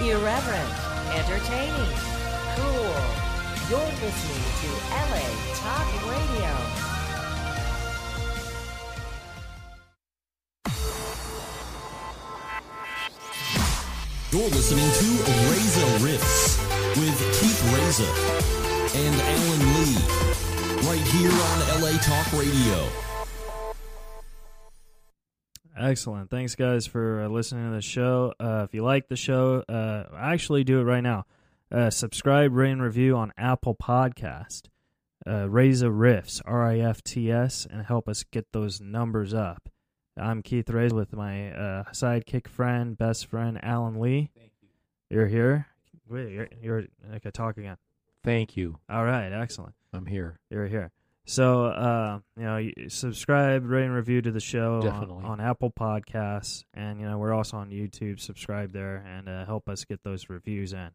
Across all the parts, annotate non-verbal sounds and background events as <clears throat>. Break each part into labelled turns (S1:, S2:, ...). S1: Irreverent, entertaining, cool. You're listening to LA Talk Radio.
S2: You're listening to Razor Riffs with Keith Razor and Alan Lee right here on LA Talk Radio.
S3: Excellent. Thanks, guys, for uh, listening to the show. Uh, if you like the show, uh, actually do it right now. Uh, subscribe, rate, and review on Apple Podcast. Uh, Razor Riffs, R I F T S, and help us get those numbers up. I'm Keith Razor with my uh, sidekick friend, best friend, Alan Lee. Thank you. You're here. Wait, you're, you're okay. Talk again.
S4: Thank you.
S3: All right. Excellent.
S4: I'm here.
S3: You're here. So uh, you know, you subscribe, rate, and review to the show on,
S4: Definitely.
S3: on Apple Podcasts, and you know we're also on YouTube. Subscribe there and uh, help us get those reviews in.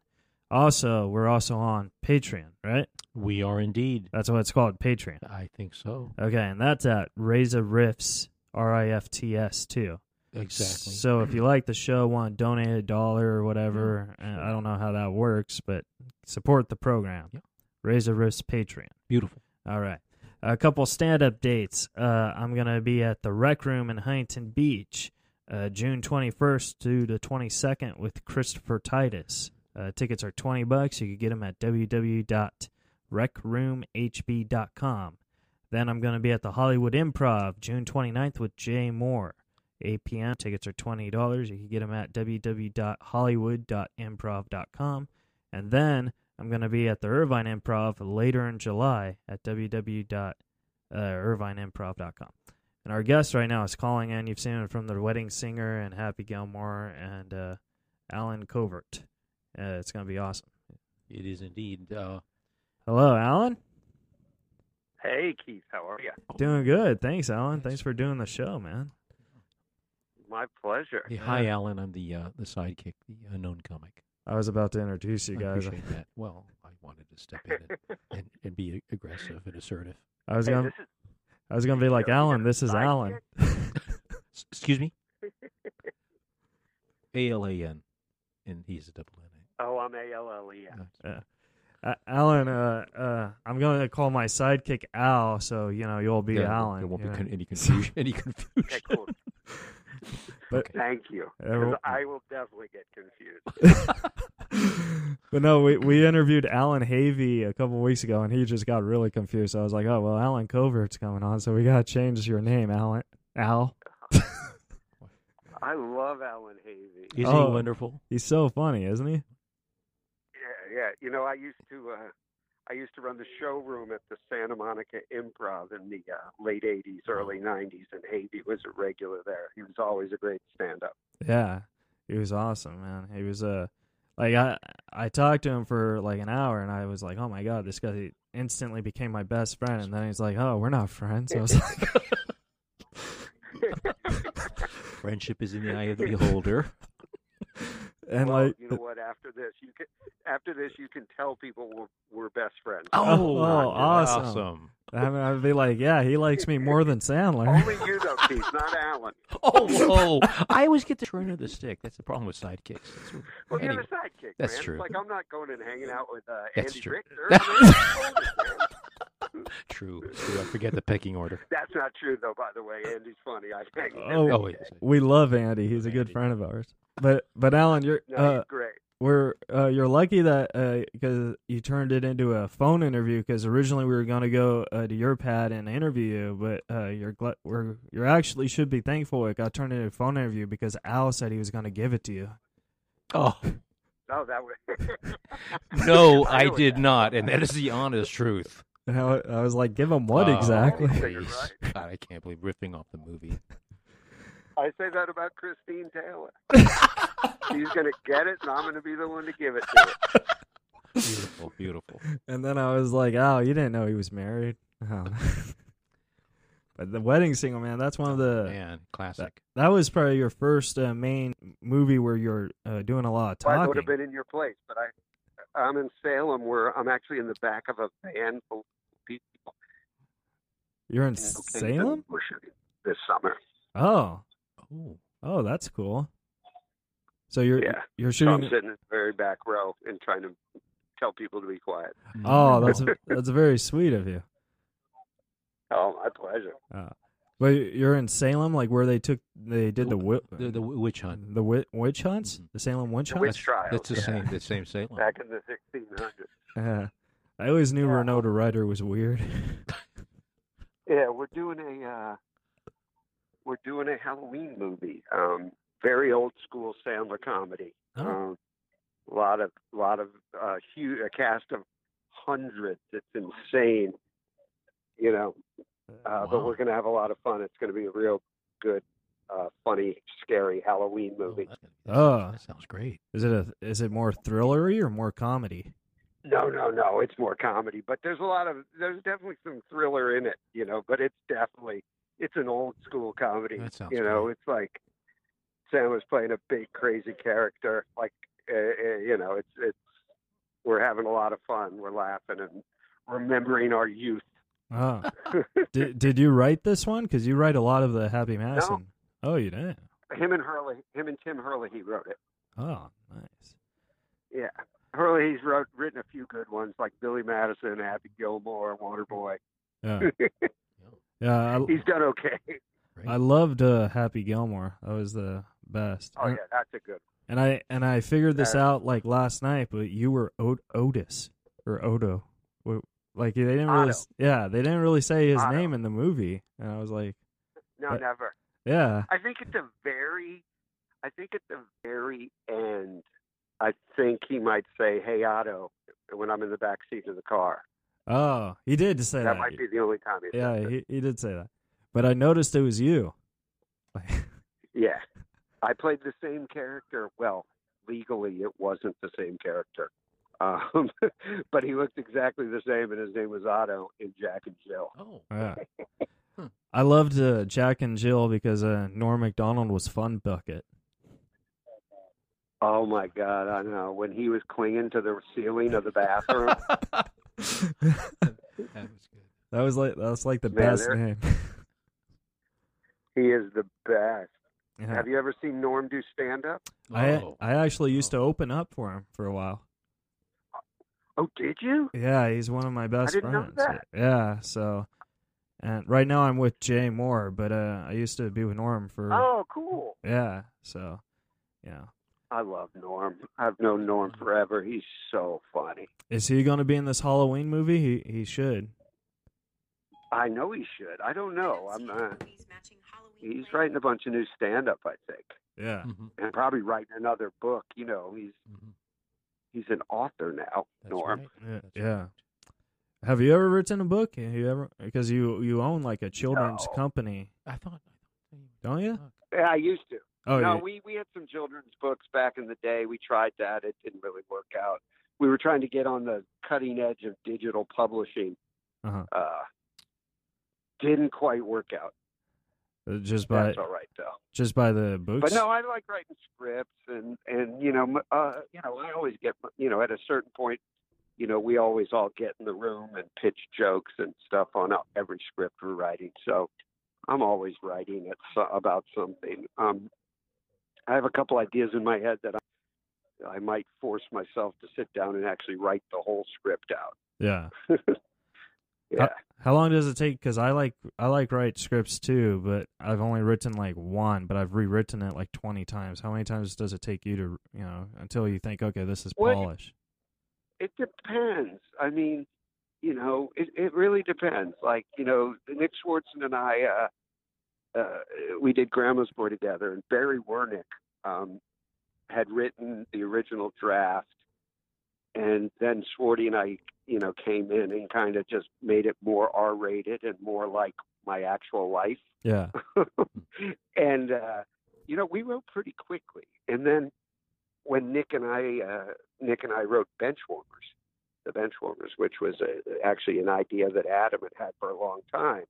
S3: Also, we're also on Patreon, right?
S4: We are indeed.
S3: That's what it's called, Patreon.
S4: I think so.
S3: Okay, and that's at Razor Riffs R I F T S too.
S4: Exactly.
S3: So if you like the show, want to donate a dollar or whatever, uh,
S4: Yeah, sure.
S3: I don't know how that works, but support the program.
S4: Yeah.
S3: Razor Riffs Patreon.
S4: Beautiful.
S3: All right. A couple stand up dates. Uh, I'm going to be at the Rec Room in Huntington Beach uh, June 21st to the 22nd with Christopher Titus. Uh, tickets are 20 bucks. You can get them at www.recroomhb.com. Then I'm going to be at the Hollywood Improv June 29th with Jay Moore. 8 p.m. Tickets are $20. You can get them at www.hollywood.improv.com. And then I'm going to be at the Irvine Improv later in July at uh, www.irvineimprov.com. And our guest right now is calling in. You've seen him from The Wedding Singer and Happy Gilmore and uh, Alan Covert. Uh, it's going to be awesome.
S4: It is indeed. Uh,
S3: Hello, Alan.
S5: Hey Keith, how are you?
S4: Oh.
S3: Doing good. Thanks, Alan. Thanks for doing the show, man.
S5: My pleasure.
S4: hey, hi, Alan. I'm the uh, the sidekick, the unknown comic.
S3: I was about to introduce you
S4: I
S3: guys.
S4: appreciate that. Well, I wanted to step in and,
S3: <laughs>
S4: and, and be aggressive and assertive.
S3: I was
S5: Hey,
S3: going
S5: this is
S3: I was going to be like,
S5: Yeah,
S3: Alan, this is
S5: sidekick.
S3: Alan.
S4: S- excuse
S3: <laughs>
S4: me. A L A N, and he's a double N.
S5: oh, I'm A L L E.
S4: A.
S5: N.
S4: Uh,
S3: Uh, Alan, uh, uh, I'm going to call my sidekick Al, so, you know, you'll be
S4: yeah,
S3: Alan.
S4: There won't
S3: you know?
S4: be con-
S3: <laughs>
S4: any confusion. any
S5: Okay,
S4: confusion.
S6: <laughs>
S5: cool.
S3: But-
S4: Okay.
S5: Thank you.
S3: Uh,
S5: 'Cause I will definitely get confused.
S3: but no, we, we interviewed Alan Havey a couple weeks ago, and he just got really confused. I was like, oh well, Alan Covert's coming on, so we gotta change your name, Alan. Al,
S5: I love Alan Havey.
S4: Is
S3: Oh.
S4: he wonderful?
S3: he's so funny, isn't he?
S5: Yeah, yeah. You know, I used to uh, I used to run the showroom at the Santa Monica Improv in the uh, late '80s, early '90s, and Havey was a regular there. He was always a great stand-up.
S3: Yeah, he was awesome, man. He was uh, like I I talked to him for like an hour, and I was like, oh my god, this guy instantly became my best friend. And then he's like, oh, we're not friends. I was like, <laughs>
S4: Friendship is in the eye of
S3: <laughs>
S4: the beholder.
S3: and
S5: well,
S3: like
S5: you know what? After this, you can after this you can tell people we're, we're best friends.
S3: Oh, oh, awesome.
S4: awesome.
S3: I mean, I'd be like, yeah, he likes me more than
S5: <laughs>
S3: Sandler.
S5: Only you though, Keith, not Alan.
S4: <laughs> Oh, oh. I always get the short end of the stick. That's the problem with sidekicks. That's what-
S5: Well, you're
S4: anyway.
S5: the sidekick,
S4: that's
S5: man.
S4: true.
S5: It's like I'm not going and hanging out with uh,
S4: That's
S5: Andy Oh,
S4: true. <laughs>
S5: Richter. man.
S4: True. true. I forget the pecking
S3: <laughs>
S4: order.
S5: That's not true, though. By the way, Andy's funny. I think.
S3: Oh,
S4: Oh, wait.
S3: we love Andy. He's a good
S4: Andy.
S3: friend of ours. But but Alan, you're
S5: no,
S3: uh,
S5: he's great.
S3: we're uh, you're lucky that because you turned it into a phone interview because originally we were going to go uh, to your pad and interview you, but uh, you're gl- we're you actually should be thankful it got turned into a phone interview because Al said he was going to give it to you.
S4: Oh
S5: No, <laughs> that was.
S4: <laughs> no,
S5: I
S4: I
S5: know what
S4: did
S5: that-
S4: not, and that is the honest truth.
S3: And I, I was like, give him what
S4: Oh,
S3: exactly?
S6: <laughs>
S4: please. God, I can't believe ripping off the movie.
S5: I say that about Christine
S4: <laughs>
S5: Taylor. She's gonna get it, and I'm gonna be the one to give it to her.
S4: Beautiful,
S3: <laughs>
S4: beautiful.
S3: And then I was like, Al, you didn't know he was married. <laughs> Oh. but the wedding single man, that's one of the
S4: Man, classic.
S3: That was probably your first uh, main movie where you're uh, doing a lot of
S5: Well, I would
S3: talking.
S5: have been in your place, but I, I'm in Salem, where I'm actually in the back of a van full of people.
S3: You're in
S5: in Oakland
S3: Salem?
S5: that We're shooting this summer.
S3: Oh,
S4: Oh,
S3: oh, that's cool. So you're
S5: Yeah.
S3: you're
S5: So I'm
S3: shooting.
S5: sitting in the very back row and trying to tell people to be quiet.
S3: <laughs> Oh,
S5: <laughs>
S3: that's that's very sweet of you. Uh,
S5: Oh, my pleasure.
S3: But you're in Salem, like where they took they did the wi-
S4: the, the w- witch hunt.
S3: the wi- witch hunts,
S4: Mhm.
S3: the Salem witch
S5: The witch
S4: That's-
S3: hunts.
S5: trials.
S4: That's the
S5: yeah.
S4: same. The same Salem.
S5: Back in the 1600s.
S3: <laughs> Yeah. I always knew
S5: Yeah.
S3: Renata Ryder was weird. <laughs>
S5: Yeah, we're doing a uh, we're doing a Halloween movie. Um, very old school Sandler comedy.
S3: Oh.
S5: Um, a lot of lot of uh, huge a cast of hundreds. It's insane. You know, uh, but
S4: Wow.
S5: we're gonna have a lot of fun. It's gonna be a real good, uh, funny, scary Halloween
S4: Oh,
S5: movie.
S4: that- that-
S3: Oh.
S4: that sounds great.
S3: Is it a is it more thrillery or more comedy?
S5: No, no, no. It's more comedy, but there's a lot of there's definitely some thriller in it, you know. But it's definitely it's an old school comedy.
S4: That sounds
S5: you know,
S4: great.
S5: it's like Sam was playing a big crazy character. Like uh, uh, you know, it's it's we're having a lot of fun. We're laughing and remembering our youth.
S3: Oh.
S5: <laughs>
S3: did did you write this one? Because you write a lot of the Happy Madison. Oh, you did.
S5: Him and Hurley, him and Tim Hurley, he wrote it.
S3: Oh, nice.
S5: Yeah, Hurley, he's wrote written a few good ones like Billy Madison, Happy Gilmore, Waterboy.
S3: Yeah,
S5: <laughs>
S3: yeah. I,
S5: he's done okay.
S3: I loved uh, Happy Gilmore. That was the best.
S5: Oh yeah,
S3: And-
S5: that's a good.
S3: And I and I figured this
S5: Uh,
S3: out like last night, but you were Ot- Otis or Odo. Wh- Like they didn't really,
S5: Otto.
S3: s- yeah, they didn't really say his
S5: Otto.
S3: name in the movie, and I was like,
S5: No,
S3: But-
S5: never.
S3: yeah,
S5: I think at the very, I think at the very end, I think he might say, "Hey Otto," when I'm in the back seat of the car.
S3: oh, he did say that.
S5: That might be the only time he.
S3: yeah,
S5: says it.
S3: he, he did say that, but I noticed it was you. <laughs>
S5: yeah. I played the same character. Well, legally, it wasn't the same character, um, <laughs> but he looked exactly the same, and his name was Otto in Jack and Jill.
S4: Oh,
S3: Yeah.
S4: Hmm.
S3: I loved uh, Jack and Jill because uh, Norm Macdonald was Fun
S5: <laughs>
S3: Bucket.
S5: Oh my God! I know when he was clinging to the ceiling of the bathroom.
S3: <laughs> that
S4: that was good.
S3: was like that's like the
S5: Man,
S3: best
S5: they're-
S3: name. <laughs>
S5: he is the best.
S3: Yeah.
S5: Have you ever seen Norm do stand up?
S3: I
S4: Oh.
S3: I actually used
S4: Oh.
S3: to open up for him for a while.
S5: Oh, did you?
S3: Yeah, he's one of my best
S5: didn't know
S3: friends.
S5: that.
S3: Yeah, so and right now I'm with Jay Moore, but uh I used to be with Norm for
S5: Oh, cool.
S3: yeah, so yeah.
S5: I love Norm. I've known Norm forever. He's so funny.
S3: Is he going to be in this Halloween movie? He he should.
S5: I know he should. I don't know. I'm. Uh, he's writing a bunch of new stand-up, I think,
S3: Yeah.
S4: Mhm,
S5: and probably writing another book. You know, he's
S4: mhm.
S5: he's an author now.
S4: That's
S5: Norm.
S4: right.
S3: Yeah,
S4: That's
S3: yeah.
S4: right.
S3: Have you ever written a book? Have you ever because you you own like a children's
S5: No.
S3: company,
S4: I thought.
S3: don't you?
S4: Fuck.
S5: Yeah, I used to.
S3: Oh,
S5: no,
S3: you-
S5: we we had some children's books back in the day. We tried that. It didn't really work out. We were trying to get on the cutting edge of digital publishing.
S3: Uh-huh.
S5: Uh, didn't quite work out.
S3: uh, just by
S5: That's all right though.
S3: just by the books.
S5: But no, I like writing scripts, and and you know, m- uh, you know, I always get you know at a certain point, you know, we always all get in the room and pitch jokes and stuff on uh, every script we're writing. So I'm always writing at, so- about something. Um, I have a couple ideas in my head that I, I might force myself to sit down and actually write the whole script out.
S3: yeah.
S5: Yeah.
S3: How long does it take? Because I like I like write scripts too, but I've only written like one, but I've rewritten it like twenty times. How many times does it take you to you know until you think okay, this is
S5: What-
S3: polished?
S5: it depends. I mean, you know, it, it really depends. Like, you know, Nick Swartzen and I, uh, uh, we did Grandma's Boy together, and Barry Wernick um, had written the original draft, and then Swarty and I, you know, came in and kind of just made it more R-rated and more like my actual life
S3: Yeah,
S5: <laughs> and uh, you know we wrote pretty quickly. And then when Nick and I uh, Nick and I wrote Benchwarmers, the Benchwarmers, which was a, actually an idea that Adam had had for a long time.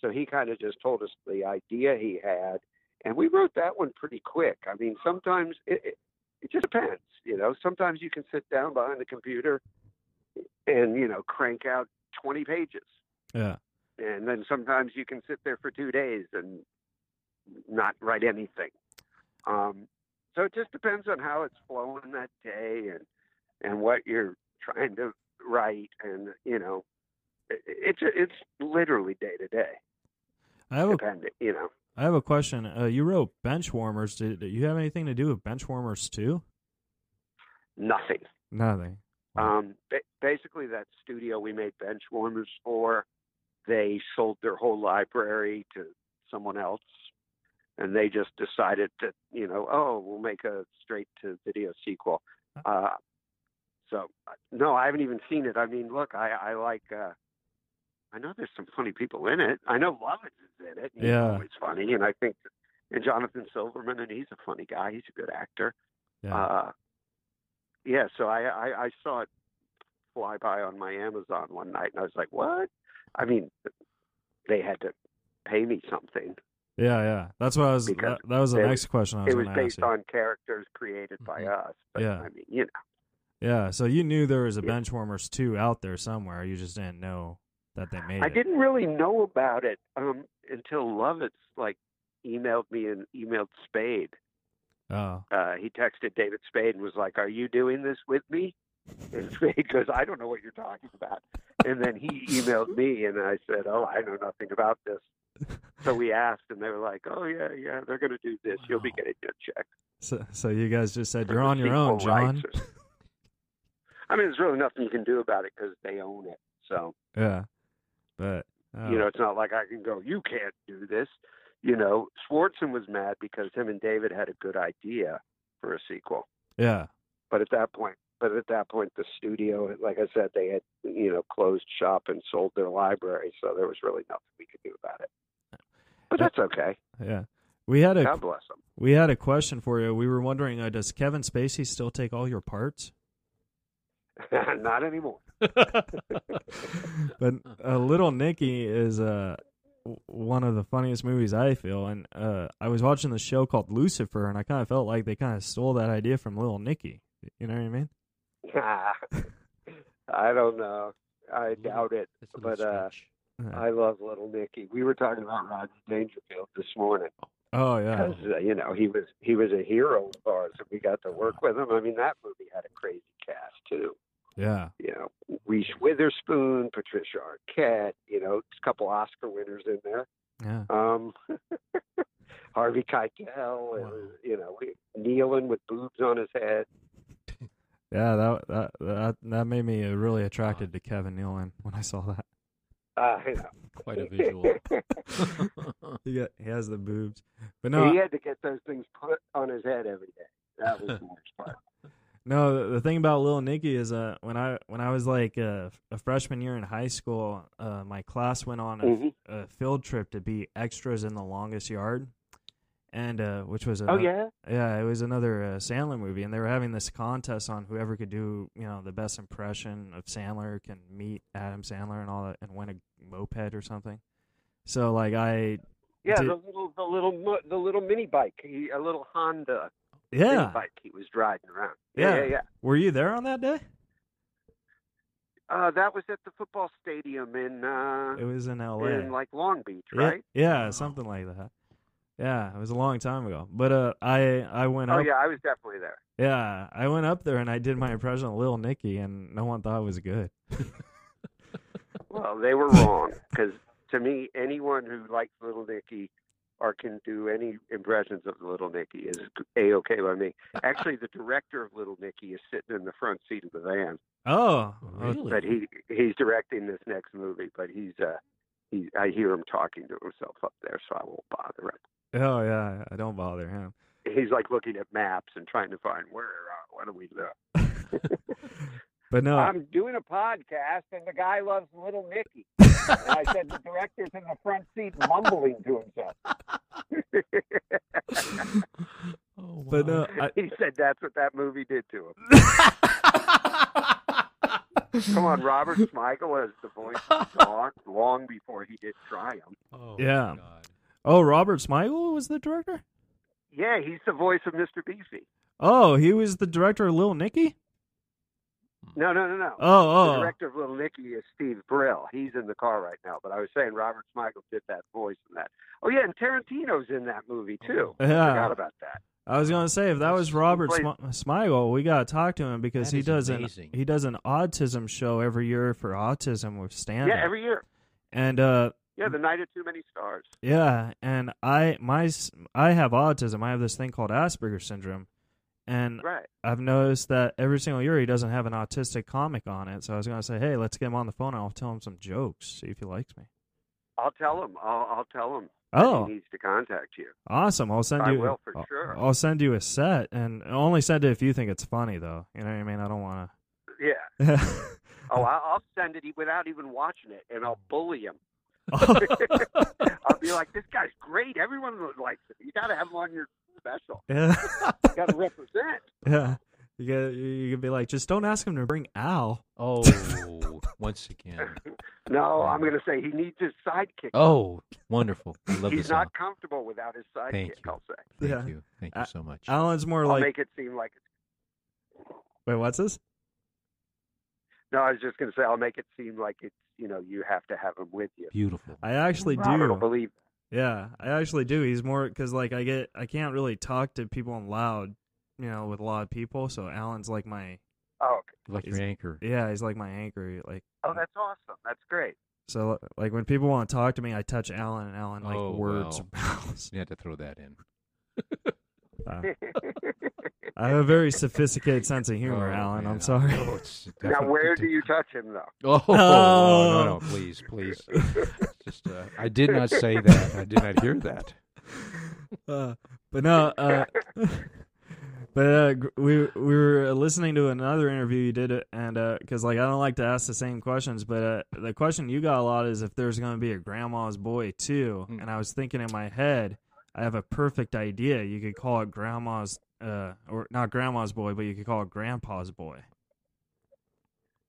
S5: So he kind of just told us the idea he had, and we wrote that one pretty quick. I mean, sometimes it, it, it just depends, you know. Sometimes you can sit down behind the computer and you know crank out twenty pages
S3: yeah,
S5: and then sometimes you can sit there for two days and not write anything. Um, So it just depends on how it's flowing that day and and what you're trying to write and you know it, it's it's literally day to day
S3: I have a
S5: depending you know
S3: I have a question. Uh, you wrote bench warmers. Did, did you have anything to do with bench warmers too?
S5: nothing.
S3: Nothing.
S5: Um, ba- basically, that studio we made bench warmers for, they sold their whole library to someone else, and they just decided that you know, oh, we'll make a straight to video sequel. Uh, so uh, no, I haven't even seen it. I mean, look, I I like. Uh, I know there's some funny people in it. I know Lovitz is in it. He's
S3: Yeah.
S5: always funny, and I think, and Jonathan Silverman, and he's a funny guy. He's a good actor.
S3: Yeah.
S5: Uh, yeah, so I, I, I saw it fly by on my Amazon one night, and I was like, what? I mean, they had to pay me something.
S3: yeah, yeah. That's what I was.
S5: because
S3: That, that was the
S5: it-
S3: next question I was
S5: It was
S3: going to ask
S5: based
S3: you. Mm-hmm.
S5: on characters created by us. But,
S3: Yeah.
S5: I mean, you know,
S3: yeah. So you knew there was a
S5: Yeah.
S3: bench warmers two out there somewhere. You just didn't know that they made
S5: I
S3: it.
S5: didn't really know about it um, until Lovitz, like, emailed me and emailed Spade.
S3: Oh,
S5: Uh, he texted David Spade and was like, are you doing this with me? And <laughs> Spade goes, I don't know what you're talking about. And then he emailed me, and I said, Oh, I know nothing about this. So we asked, and they were like, "Oh yeah, yeah, they're going to do this. You'll be
S3: Wow.
S5: getting a check."
S3: so so you guys just said
S5: for <laughs>
S3: you're
S5: the
S3: on your own,
S5: sequel rights
S3: John.
S5: or something." I mean, there's really nothing you can do about it because they own it. So
S3: Yeah, but uh,
S5: you know, it's not like I can go, "You can't do this." You know, Swartzen was mad because him and David had a good idea for a sequel,
S3: yeah,
S5: but at that point, but at that point, the studio, like I said, they had you know closed shop and sold their library, so there was really nothing we could do about it. But that's okay.
S3: yeah. We had a
S5: God bless them.
S3: we had a question for you. We were wondering, uh, does Kevin Spacey still take all your <laughs> parts?
S5: <laughs> not anymore.
S3: but uh, Little Nicky is uh, w- one of the funniest movies I feel, and uh, I was watching the show called Lucifer, and I kind of felt like they kind of stole that idea from Little Nicky. You know what I mean?
S5: I don't know. I
S4: Little-
S5: doubt it.
S4: That's a little
S5: But uh,
S4: sketch.
S3: Yeah.
S5: I love Little Nicky. We were talking about Roger Dangerfield this morning
S3: oh
S5: because
S3: yeah,
S5: uh, you know he was he was a hero of ours, and we got to work with him. I mean, that movie had a crazy cast too.
S3: yeah,
S5: You know, Reese Witherspoon, Patricia Arquette. You know, a couple Oscar winners in there.
S3: yeah.
S5: Um, <laughs> Harvey Keitel, and
S4: Wow.
S5: you know, we, kneeling with boobs on his head.
S3: Yeah, that that that, that made me uh, really attracted to Kevin Nealon when I saw that.
S5: Uh, you know.
S4: Quite a
S5: <laughs>
S4: visual. <laughs>
S3: He got, he has the boobs, but no,
S5: he had to get those things put on his head every day. That was the worst
S3: <laughs>
S5: part.
S3: No, the, the thing about Little Nicky is uh when I when I was like uh, a freshman year in high school, uh, my class went on a,
S5: Mhm.
S3: a field trip to be extras in the longest yard, and uh, which was
S5: Oh
S3: another,
S5: yeah,
S3: yeah it was another uh, Sandler movie, and they were having this contest on whoever could do you know the best impression of Sandler can meet Adam Sandler and all that and win a moped or something. So like I
S5: yeah.
S3: Did-
S5: The little, the little, mo- the little mini bike, he, a little Honda mini
S3: yeah
S5: bike he was riding around. Yeah,
S3: Yeah.
S5: yeah, yeah.
S3: were you there on that day?
S5: Uh, that was at the football stadium in uh,
S3: It was in L.A.
S5: in like Long Beach,
S3: Yeah,
S5: right? Uh-huh.
S3: Yeah,
S4: Wow.
S3: something like that. Yeah, it was a long time ago. But uh, I I went
S5: Oh
S3: up.
S5: yeah, I was definitely there.
S3: yeah, I went up there and I did my impression of Lil Nicky, and no one thought it was good.
S5: Well, they were wrong because to me, anyone who likes Little Nicky or can do any impressions of Little Nicky is a okay by me. Actually, the director of Little Nicky is sitting in the front seat of the van.
S3: Oh, oh,
S4: really?
S5: but he he's directing this next movie, but he's uh he I hear him talking to himself up there, so I won't bother him.
S3: oh yeah, I don't bother him.
S5: He's like looking at maps and trying to find where are what do we look.
S3: But no,
S5: I'm doing a podcast and the guy loves Little Nicky. and I said the director's in the front seat mumbling to himself.
S4: oh,
S3: but
S4: wow.
S3: uh,
S5: <laughs>
S3: no, I,
S5: He said that's what that movie did to him. Come on, Robert Smigel was the voice of the dog long before he did Triumph.
S4: Oh,
S3: Yeah.
S4: God.
S3: oh Robert Smigel was the director.
S5: Yeah, he's the voice of Mr. Beefy.
S3: Oh, he was the director of Lil Nicky.
S5: No, no, no, no.
S3: Oh,
S5: The
S3: oh.
S5: director of Little Nicky is Steve Brill. He's in the car right now. But I was saying Robert Smigel did that voice and that. Oh yeah, and Tarantino's in that movie too. Forgot
S3: Yeah,
S5: about that.
S3: I was gonna say if that was Robert
S5: Wait.
S3: Sm- Smigel, we gotta talk to him because
S4: That
S3: he
S4: is
S3: does an
S4: amazing.
S3: he does an autism show every year for autism with stand
S5: yeah, every year.
S3: and uh
S5: Yeah, the night of too many stars.
S3: yeah, and I my s- I have autism. I have this thing called Asperger's syndrome, and
S5: Right.
S3: I've noticed that every single year he doesn't have an autistic comic on it. So I was gonna say, hey, let's get him on the phone. and I'll tell him some jokes, see if he likes me.
S5: I'll tell him. I'll, I'll tell him. that
S3: Oh,
S5: He needs to contact you.
S3: Awesome. I'll send
S5: I
S3: you.
S5: will for
S3: I'll-
S5: sure.
S3: I'll send you a set, and only send it if you think it's funny, though. You know what I mean? I don't want
S5: Yeah.
S3: to.
S5: Oh, I- I'll send it e- without even watching it, and I'll bully
S4: <laughs>
S5: him. I'll be like, "This guy's great. Everyone likes him. You got to have him on your special.
S3: <laughs> yeah.
S5: You got to represent."
S3: yeah. You get. You could be like, just don't ask him to bring Al.
S4: Oh,
S5: <laughs>
S4: once again.
S5: No, I'm going to say he needs his sidekick.
S4: Oh, wonderful. I love
S5: He's
S4: this.
S5: not
S4: song.
S5: comfortable without his sidekick.
S4: Thank you.
S5: I'll say.
S4: Thank
S3: Yeah.
S4: you. Thank
S3: I-
S4: you so much.
S3: Alan's more
S5: I'll
S3: like.
S5: make it seem like. It's,
S3: wait, what's this?
S5: no, I was just going to say I'll make it seem like it's you know you have to have him with you.
S4: Beautiful.
S3: I actually
S5: Robert will
S3: do.
S5: believe.
S3: Yeah, I actually do. He's more because like I get I can't really talk to people in loud, you know, with a lot of people. So Alan's like my
S5: Oh, okay.
S4: like your anchor.
S3: yeah, he's like my anchor. Like
S5: oh, that's awesome. That's great. <laughs>
S3: so like when people want to talk to me, I touch Alan and Alan like
S4: Oh,
S3: words
S4: wow.
S3: bounce.
S4: You had to throw that in.
S3: Uh, <laughs> I have a very sophisticated sense of humor,
S4: Oh,
S3: Alan.
S4: man.
S3: I'm sorry.
S4: Oh,
S3: <laughs>
S4: it's
S5: now,
S4: definitely-
S5: where do you touch him though?
S4: <laughs> Oh, no,
S3: Oh.
S4: no, no, please,
S3: <laughs>
S4: please. Just, uh, I did not say that. I did not hear that.
S3: Uh, but no, uh, <laughs> but uh, gr- we we were listening to another interview you did, and because like I don't like to ask the same questions, but uh, the question you got a lot is if there's going to be a grandma's boy too.
S4: Hmm.
S3: And I was thinking in my head, I have a perfect idea. You could call it grandma's, uh, or not grandma's boy, but you could call it grandpa's boy.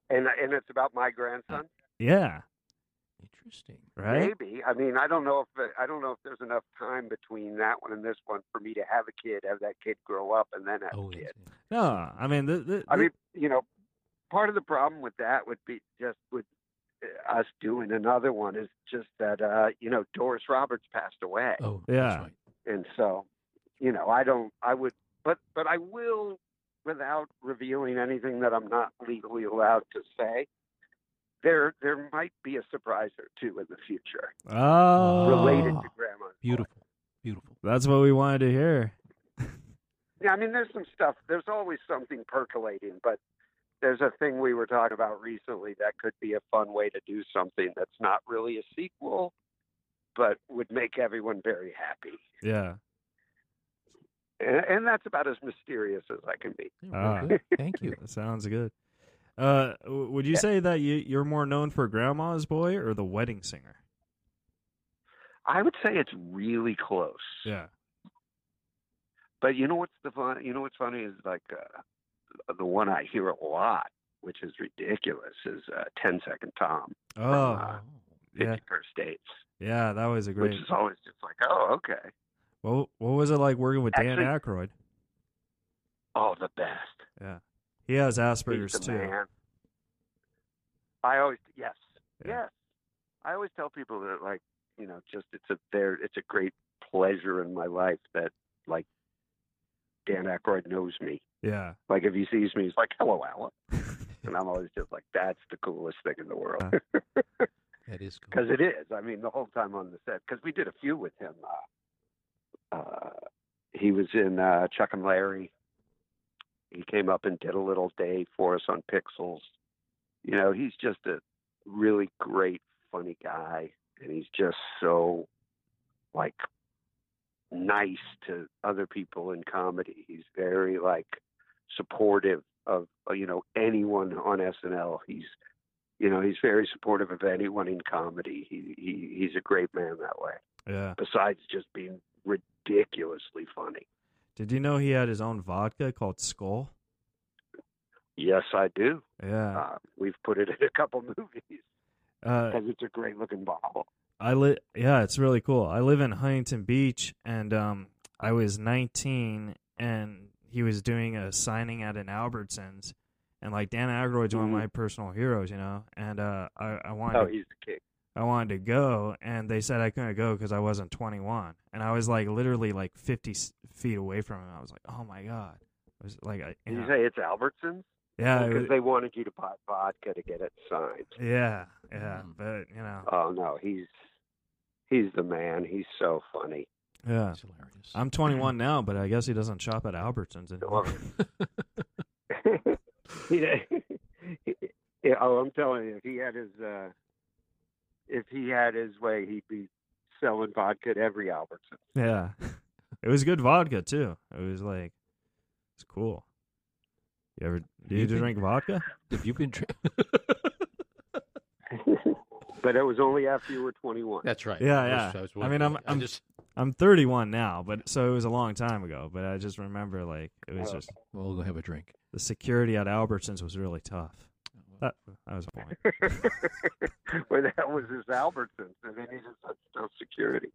S5: And and it's about my grandson.
S3: Yeah,
S4: Interesting.
S3: right.
S5: Maybe. I mean, I don't know if uh, I don't know if there's enough time between that one and this one for me to have a kid, have that kid grow up, and then have
S4: Oh,
S5: a kid.
S4: it-
S3: No, I mean, th- th-
S5: I mean, you know, part of the problem with that would be just with uh, us doing another one is just that uh, you know Doris Roberts passed away,
S4: oh,
S3: Yeah.
S4: That's right.
S5: and so you know I don't I would but but I will without revealing anything that I'm not legally allowed to say. There there might be a surprise or two in the future Uh-huh.
S3: oh,
S5: related to Grandma's.
S4: Beautiful. Beautiful.
S3: That's what we wanted to hear.
S5: Yeah, I mean, there's some stuff. There's always something percolating, but there's a thing we were talking about recently that could be a fun way to do something that's not really a sequel, but would make everyone very happy.
S3: Yeah.
S5: And, and that's about as mysterious as I can be.
S4: Yeah, real
S3: Ah.
S4: good. Thank you.
S3: That sounds good. Uh, w- would you say that you, you're more known for Grandma's Boy or The Wedding Singer?
S5: I would say it's really close.
S3: Yeah.
S5: But you know what's the fun? You know what's funny is like uh, the one I hear a lot, which is ridiculous, is uh, Ten Second Tom,
S3: Oh,
S5: Fifty
S3: yeah,
S5: First Dates,
S3: yeah. That was a
S5: Uh, which
S3: great.
S5: is always just like, oh, okay,
S3: What What was it like working with Dan
S5: Actually-
S3: Aykroyd?
S5: oh, the best.
S3: He has
S5: He's
S3: Asperger's
S5: the
S3: too.
S5: man. I always yes,
S3: Yeah.
S5: yes. I always tell people that like you know, just it's a there, it's a great pleasure in my life that like Dan Aykroyd knows me.
S3: Yeah.
S5: Like if he sees me, he's like, "Hello,
S3: <laughs>
S5: Alan," and I'm always just like, "That's the coolest thing in the
S3: Uh,
S5: world,"
S4: That
S5: <laughs>
S4: is cool.
S5: because it is. I mean, the whole time on the set, because we did a few with him. Uh, uh, he was in uh, Chuck and Larry. he came up and did a little day for us on Pixels. You know, he's just a really great, funny guy, and he's just so like nice to other people in comedy. He's very like supportive of you know anyone on SNL. He's you know he's very supportive of anyone in comedy. He, he he's a great man that way.
S3: Yeah.
S5: Besides just being ridiculously funny.
S3: Did you know he had his own vodka called Skull?
S5: Yes, I do.
S3: Yeah.
S5: Uh, we've put it in a couple <laughs> movies
S3: Uh,
S5: because it's a great looking bottle.
S3: I live. Yeah, it's really cool. I live in Huntington Beach, and um, I was 19, and he was doing a signing at an Albertsons, and like Dan Aykroyd's one of my personal heroes, you know. And uh, I I wanted
S5: Mm-hmm. Oh,
S3: to,
S5: he's the king.
S3: I wanted to go, and they said I couldn't go because I wasn't 21, and I was like literally like 50 s- feet away from him. I was like, oh my god, I was like, I, you
S5: Did you
S3: know,
S5: say it's Albertsons?
S3: yeah, it
S5: because
S3: was-
S5: they wanted you to buy vodka to get it signed.
S3: yeah, yeah, but you know,
S5: Oh no, he's he's the man. He's so funny.
S3: yeah.
S4: It's hilarious.
S3: I'm
S5: <clears throat>
S3: 21 now, but I guess he doesn't shop at Albertsons anymore.
S5: <laughs> yeah, <laughs> Yeah, oh, I'm telling you, if he had his uh, if he had his way, he'd be selling vodka at every Albertson. <laughs>
S3: yeah, it was good vodka too. It was like, it's cool. You ever do you
S4: You think-
S3: drink vodka?
S4: Have you been? Tra-
S5: But it was only after you were <laughs> 21.
S6: That's right.
S3: Ah, Yeah,
S6: I was-
S3: yeah.
S6: I, was
S3: I mean,
S6: wondering.
S3: I'm-
S6: I
S3: I'm-
S6: just
S3: I'm 31 now, but so it was a long time ago. But I just remember like it was
S5: Oh.
S3: just
S6: we'll go have a drink.
S3: the security at Albertsons was really tough.
S6: Oh,
S3: That, that was a point.
S5: Well, that was his Albertsons, and they needed such social security.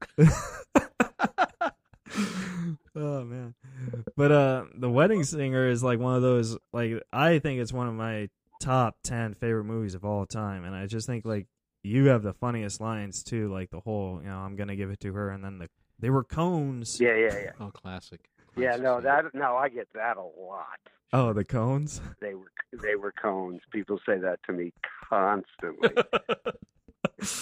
S3: oh man but uh the wedding singer is like one of those like i think it's one of my top 10 favorite movies of all time and i just think like you have the funniest lines too like the whole you know i'm gonna give it to her and then the they were cones
S5: Yeah, yeah, yeah.
S6: Oh, classic.
S5: Yeah,
S6: Classic
S5: no,
S6: scene.
S5: that no, I get that a lot.
S3: oh the cones <laughs>
S5: They were they were cones. People say that to me constantly. and,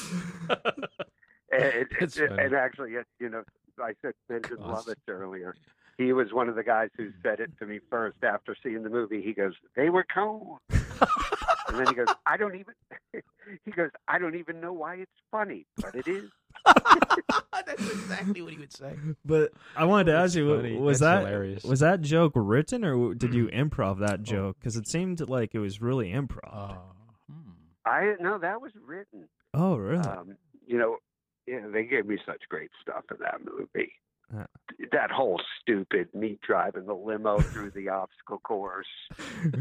S5: and-
S6: That's
S5: and-
S6: funny.
S5: and actually, you know, I said Benjamin
S6: Constant.
S5: Lovett earlier. He was one of the guys who said it to me first after seeing the movie. He goes, "They were cones," and then he goes, "I don't even." <laughs> he goes, "I don't even know why it's funny, but it is."
S6: <laughs> That's exactly what he
S3: <laughs>
S6: would say.
S3: but i wanted to
S6: That's
S3: ask you wa-
S6: funny.
S3: was
S6: That's
S3: that
S6: hilarious.
S3: was that joke written or w- did
S6: <clears throat>
S3: you improv that joke because it seemed like it was really improv
S6: Oh, hmm.
S5: I no, that was written.
S3: oh really
S6: Ah.
S5: Um, you know, yeah, they gave me such great stuff in that movie.
S3: Yeah.
S5: That whole stupid me driving the limo through the
S3: <laughs>
S5: obstacle course,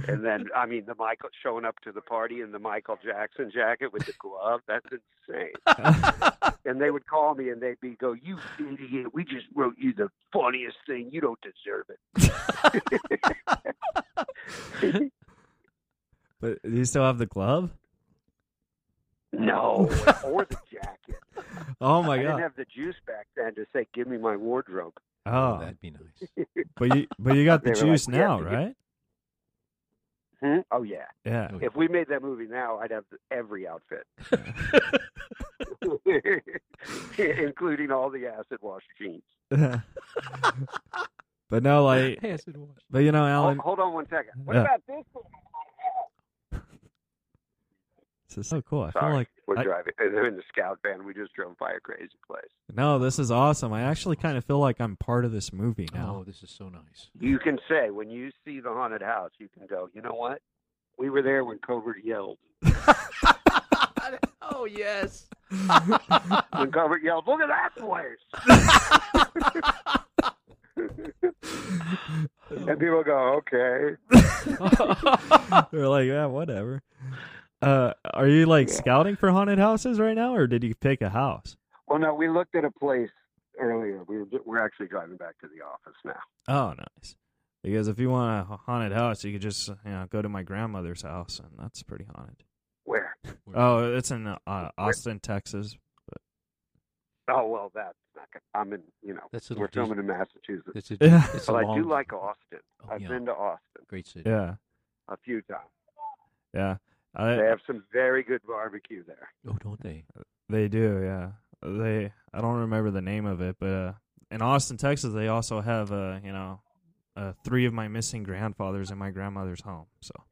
S5: and then I mean the Michael showing up to the party in the Michael Jackson jacket with the glove. That's insane.
S3: <laughs>
S5: and they would call me and they'd be go, "You idiot! We just wrote you the funniest thing. You don't deserve it."
S3: but do you still have the glove
S5: no, or the jacket.
S3: <laughs> oh my
S5: I
S3: god
S5: didn't have the juice back then to say, "Give me my wardrobe."
S3: oh
S6: that'd be
S5: <laughs>
S6: nice.
S3: But you but you got the
S5: They were like,
S3: juice
S5: "We have
S3: now,
S5: to get-
S3: right?
S5: Hmm? Oh yeah.
S3: Yeah.
S6: Oh,
S5: If we made that movie now, I'd have
S3: <laughs>
S5: every outfit, <laughs> including all the acid wash jeans. <laughs>
S3: but no, like,
S6: Acid wash.
S3: but you know,
S5: Hol-
S3: Alan,
S5: hold on one second. What
S3: Yeah.
S5: about this one?
S3: this is so cool. I
S5: Sorry,
S3: feel like
S5: we're
S3: I-
S5: driving. <laughs> They're in the scout van. We just drove by a crazy place.
S3: no, this is awesome. I actually kind of feel like I'm part of this movie now.
S6: Oh, this is so nice.
S5: You can say when you see the haunted house, you can go. You know what? We were there when Covert
S6: <laughs>
S5: yelled.
S6: oh yes.
S5: <laughs> When Covert yelled, "Look at that
S6: <laughs>
S5: place!" and people go, "Okay." Oh.
S3: <laughs> They're like, yeah, whatever. Uh, are you like scouting for haunted houses right now, or did you pick a house?
S5: Well, no, we looked at a place earlier. We were, we're actually driving back to the office now.
S3: Oh, nice. Because if you want a haunted house, you could just you know go to my grandmother's house, and that's pretty haunted.
S5: Where?
S3: Oh, it's in uh, Austin, Texas.
S5: Oh well, that's not. Good. I'm in. You know,
S6: That's a
S5: we're
S6: little
S5: filming in Massachusetts,
S6: It's a,
S3: <laughs> Yeah.
S6: it's a
S5: but I
S6: long,
S5: do like Austin.
S6: Oh,
S5: I've
S6: yeah.
S5: been to Austin
S6: great city.
S3: Yeah,
S5: a few times.
S3: yeah. I,
S5: They have some very good barbecue there.
S6: Oh, don't they?
S3: They do, yeah. They I don't remember the name of it, but uh, in Austin, Texas, they also have uh, you know, uh, three of my missing grandfathers in my grandmother's home. So
S6: 'Cause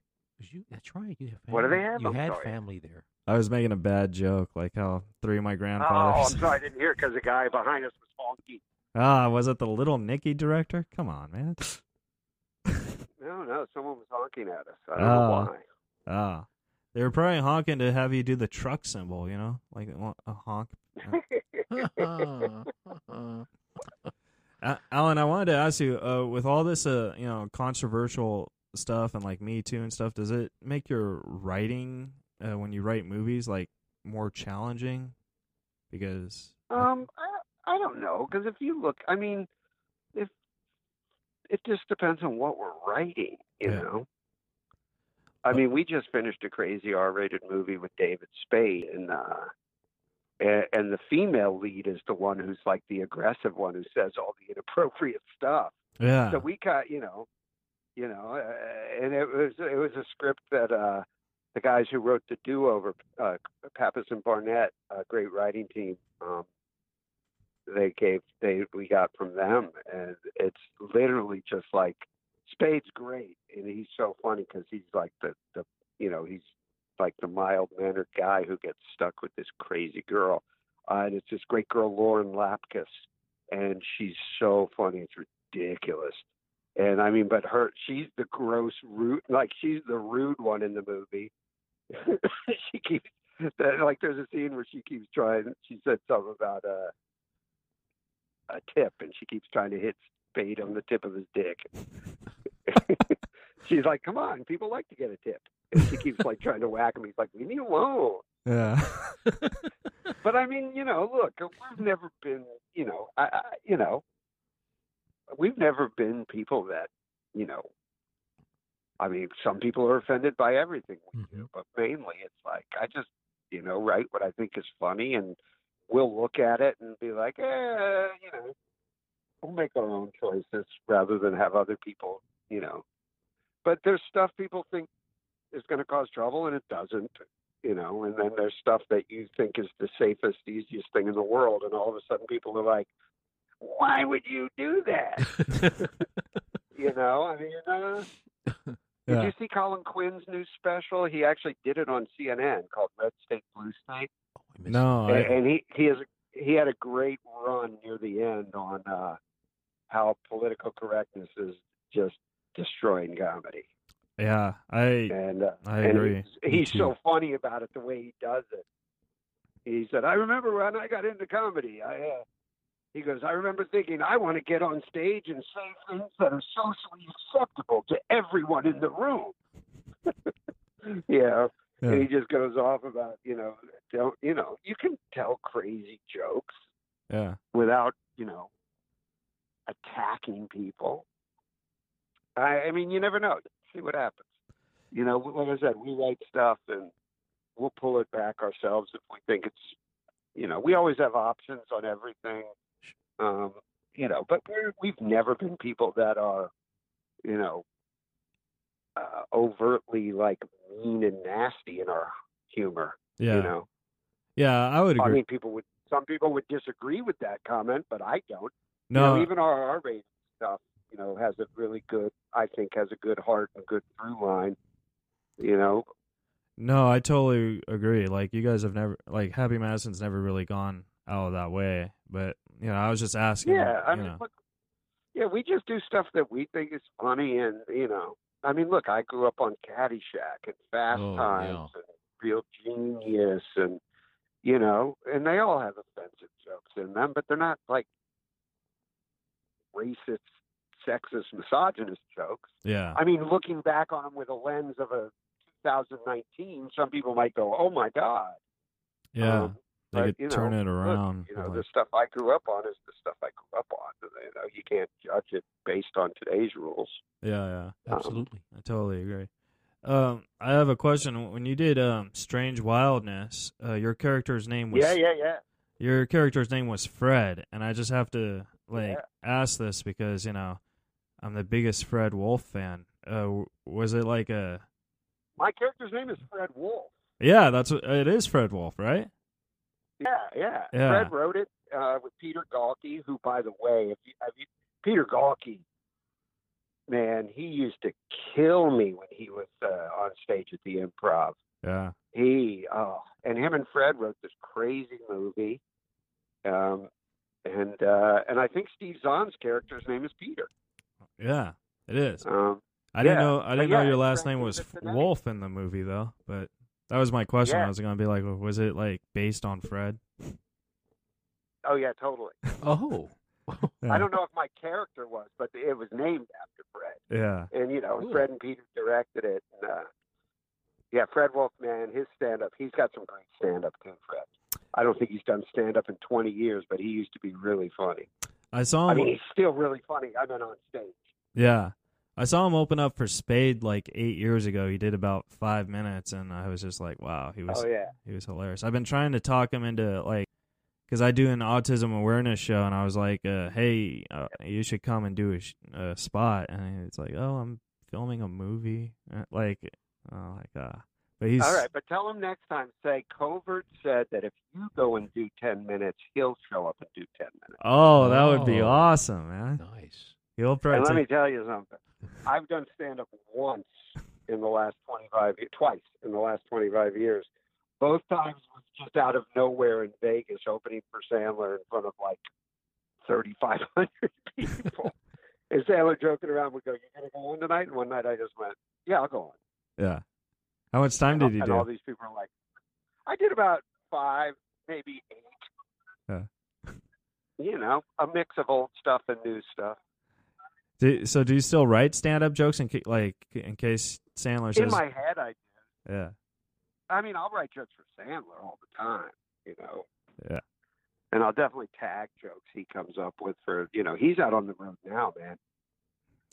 S6: You, that's right. You have family.
S5: What do they have?
S6: You
S5: I'm
S6: had
S5: sorry.
S6: family there.
S3: I was making a bad joke, like how three of my
S5: Oh, I'm
S3: <laughs> grandfathers.
S5: sorry, I didn't hear because the guy behind us was honky.
S3: ah, was it the little Nicky director? Come on, man.
S5: No, no, someone was honking at us. I don't
S3: Oh.
S5: know why.
S3: Ah, they were probably honking to have you do the truck symbol, you know, like a honk. A- Alan, I wanted to ask you, uh, with all this, uh, you know, controversial stuff and like Me Too and stuff, does it make your writing uh, when you write movies like more challenging? Because
S5: Um, I, I don't know because if you look, I mean, if it just depends on what we're writing, you
S3: Yeah.
S5: know. I mean, we just finished a crazy R-rated movie with David Spade, and uh, a- and the female lead is the one who's like the aggressive one who says all the inappropriate stuff.
S3: Yeah.
S5: So we cut, you know, you know, uh, and it was it was a script that uh, the guys who wrote the Do Over, uh, Pappas and Barnett, a great writing team, um, they gave they we got from them, and it's literally just like Spade's great, and he's so funny because he's like the the you know he's like the mild mannered guy who gets stuck with this crazy girl, uh, and it's this great girl Lauren Lapkus, and she's so funny, it's ridiculous. And I mean, but her, she's the gross rude, like she's the rude one in the movie. <laughs> she keeps like there's a scene where she keeps trying. She said something about a a tip, and she keeps trying to hit Spade on the tip of his dick. <laughs> she's like, "Come on, people like to get a tip." And she keeps like trying to whack him. He's like, "Leave me alone." <laughs>
S3: Yeah. <laughs>
S5: But I mean, you know, look, uh, we've never been, you know, I, I you know, we've never been people that, you know, I mean, some people are offended by everything we do, but mainly it's like I just, you know, write what I think is funny, and we'll look at it and be like, eh, you know, we'll make our own choices rather than have other people, you know. But there's stuff people think is going to cause trouble, and it doesn't you know, and then there's stuff that you think is the safest, easiest thing in the world, and all of a sudden people are like, "Why would you do that?" you know, I mean, uh, did
S3: Yeah.
S5: you see Colin Quinn's new special? He actually did it on CNN called Red State Blue State,
S3: No.
S5: and,
S3: I,
S5: and he he has he had a great run near the end on uh, how political correctness is just destroying comedy,
S3: yeah. I.
S5: and uh,
S3: I
S5: and
S3: agree.
S5: He's,
S3: Me
S5: he's
S3: too.
S5: so funny about it the way he does it. He said, "I remember when I got into comedy. I uh, he goes, I remember thinking I want to get on stage and say things that are socially acceptable to everyone in the room." <laughs> yeah,
S3: Yeah.
S5: and he just goes off about you know don't you know you can tell crazy jokes
S3: Yeah.
S5: without you know attacking people. I, I mean, you never know. See what happens. You know, like I said, we write stuff and we'll pull it back ourselves if we think it's. You know, we always have options on everything. Um, you know, but we're, we've never been people that are, you know, uh, overtly like mean and nasty in our humor.
S3: Yeah.
S5: You know,
S3: Yeah. I would
S5: I
S3: agree.
S5: mean, people would some people would disagree with that comment, but I don't.
S3: no.
S5: You know, even our R rated stuff, you know, has a really good, I think, has a good heart and good through line. You know,
S3: No, I totally agree. Like you guys have never like Happy Madison's never really gone out of that way. But you know, I was just asking.
S5: yeah. I
S3: you
S5: mean,
S3: know.
S5: look, yeah, we just do stuff that we think is funny, and you know, I mean, look, I grew up on Caddyshack and Fast
S6: Oh,
S5: Times and Real Genius, and you know, and they all have offensive jokes in them, but they're not like racist, sexist, misogynist jokes.
S3: yeah,
S5: I mean, looking back on them with a lens of a 2019, some people might go, "Oh my God!"
S3: yeah.
S5: um,
S3: they
S5: but,
S3: could
S5: you
S3: turn
S5: know,
S3: it around.
S5: Look, you know,
S3: like-
S5: the stuff I grew up on is the stuff I grew up on. You know, you can't judge it based on today's rules.
S3: yeah, yeah.
S5: Um,
S6: Absolutely.
S3: I totally agree. Um, I have a question. When you did um, Strange Wildness, uh, your character's name was
S5: yeah, yeah, yeah.
S3: your character's name was Fred, and I just have to like
S5: Yeah.
S3: ask this because you know I'm the biggest Fred Wolf fan. Uh, w- was it like a
S5: My character's name is Fred Wolf.
S3: yeah? That's what it is. Fred Wolf, right?
S5: Yeah, yeah.
S3: Yeah.
S5: Fred wrote it uh, with Peter Galky, who, by the way, if you, have you, Peter Galky, man, he used to kill me when he was uh, on stage at the Improv.
S3: Yeah,
S5: he oh and him and fred wrote this crazy movie um and uh and i think steve zahn's character's name is peter
S3: yeah, it is.
S5: um
S3: I didn't
S5: Yeah,
S3: know. I
S5: but
S3: didn't know
S5: yeah,
S3: your
S5: it's
S3: last
S5: Frank
S3: name was
S5: Lucas today.
S3: Wolf in the movie, though. But that was my question.
S5: Yeah.
S3: I was gonna be like, was it like based on Fred?
S5: oh yeah totally
S6: Oh.
S3: Yeah.
S5: i don't know if my character was but it was named after fred
S3: Yeah,
S5: and you know
S6: Cool.
S5: fred and peter directed it and uh yeah fred wolfman his stand up he's got some great stand up too fred i don't think he's done stand up in 20 years but he used to be really funny
S3: I saw him.
S5: i mean he's still really funny i mean on stage
S3: yeah, I I saw him open up for Spade like eight years ago. He did about five minutes, and I was just like, wow, he was
S5: Oh yeah.
S3: he was hilarious. I've been trying to talk him into like, because I do an autism awareness show, and I was like, uh, "Hey, uh, you should come and do a, sh- a spot." And it's like, "Oh, I'm filming a movie." Uh, Like, oh my god! But he's
S5: All right, but tell him next time. Say Covert said that if you go and do ten minutes, he'll show up and do ten minutes.
S3: oh, that would be
S6: Oh.
S3: awesome, man.
S6: Nice.
S3: He'll
S5: And
S3: probably
S5: let me
S3: take-
S5: tell you something. I've done stand up once in the last 25 ye- twice in the last 25 years. Both times was just out of nowhere in Vegas opening for Sandler in front of like 3,500 <laughs> people. and Sandler joking around would go, You going to go on tonight? And one night I just went, Yeah, I'll go on.
S3: yeah. How much time did he
S5: and all
S3: do?
S5: these people are like, I did about five, maybe eight.
S3: Yeah.
S5: You know, a mix of old stuff and new stuff.
S3: do? So, do you still write stand-up jokes in ca- like in case Sandler
S5: In
S3: says,
S5: my head, I
S3: "Yeah,
S5: I mean, I'll write jokes for Sandler all the time, you know.
S3: Yeah.
S5: And I'll definitely tag jokes he comes up with for, you know, he's out on the road now, man.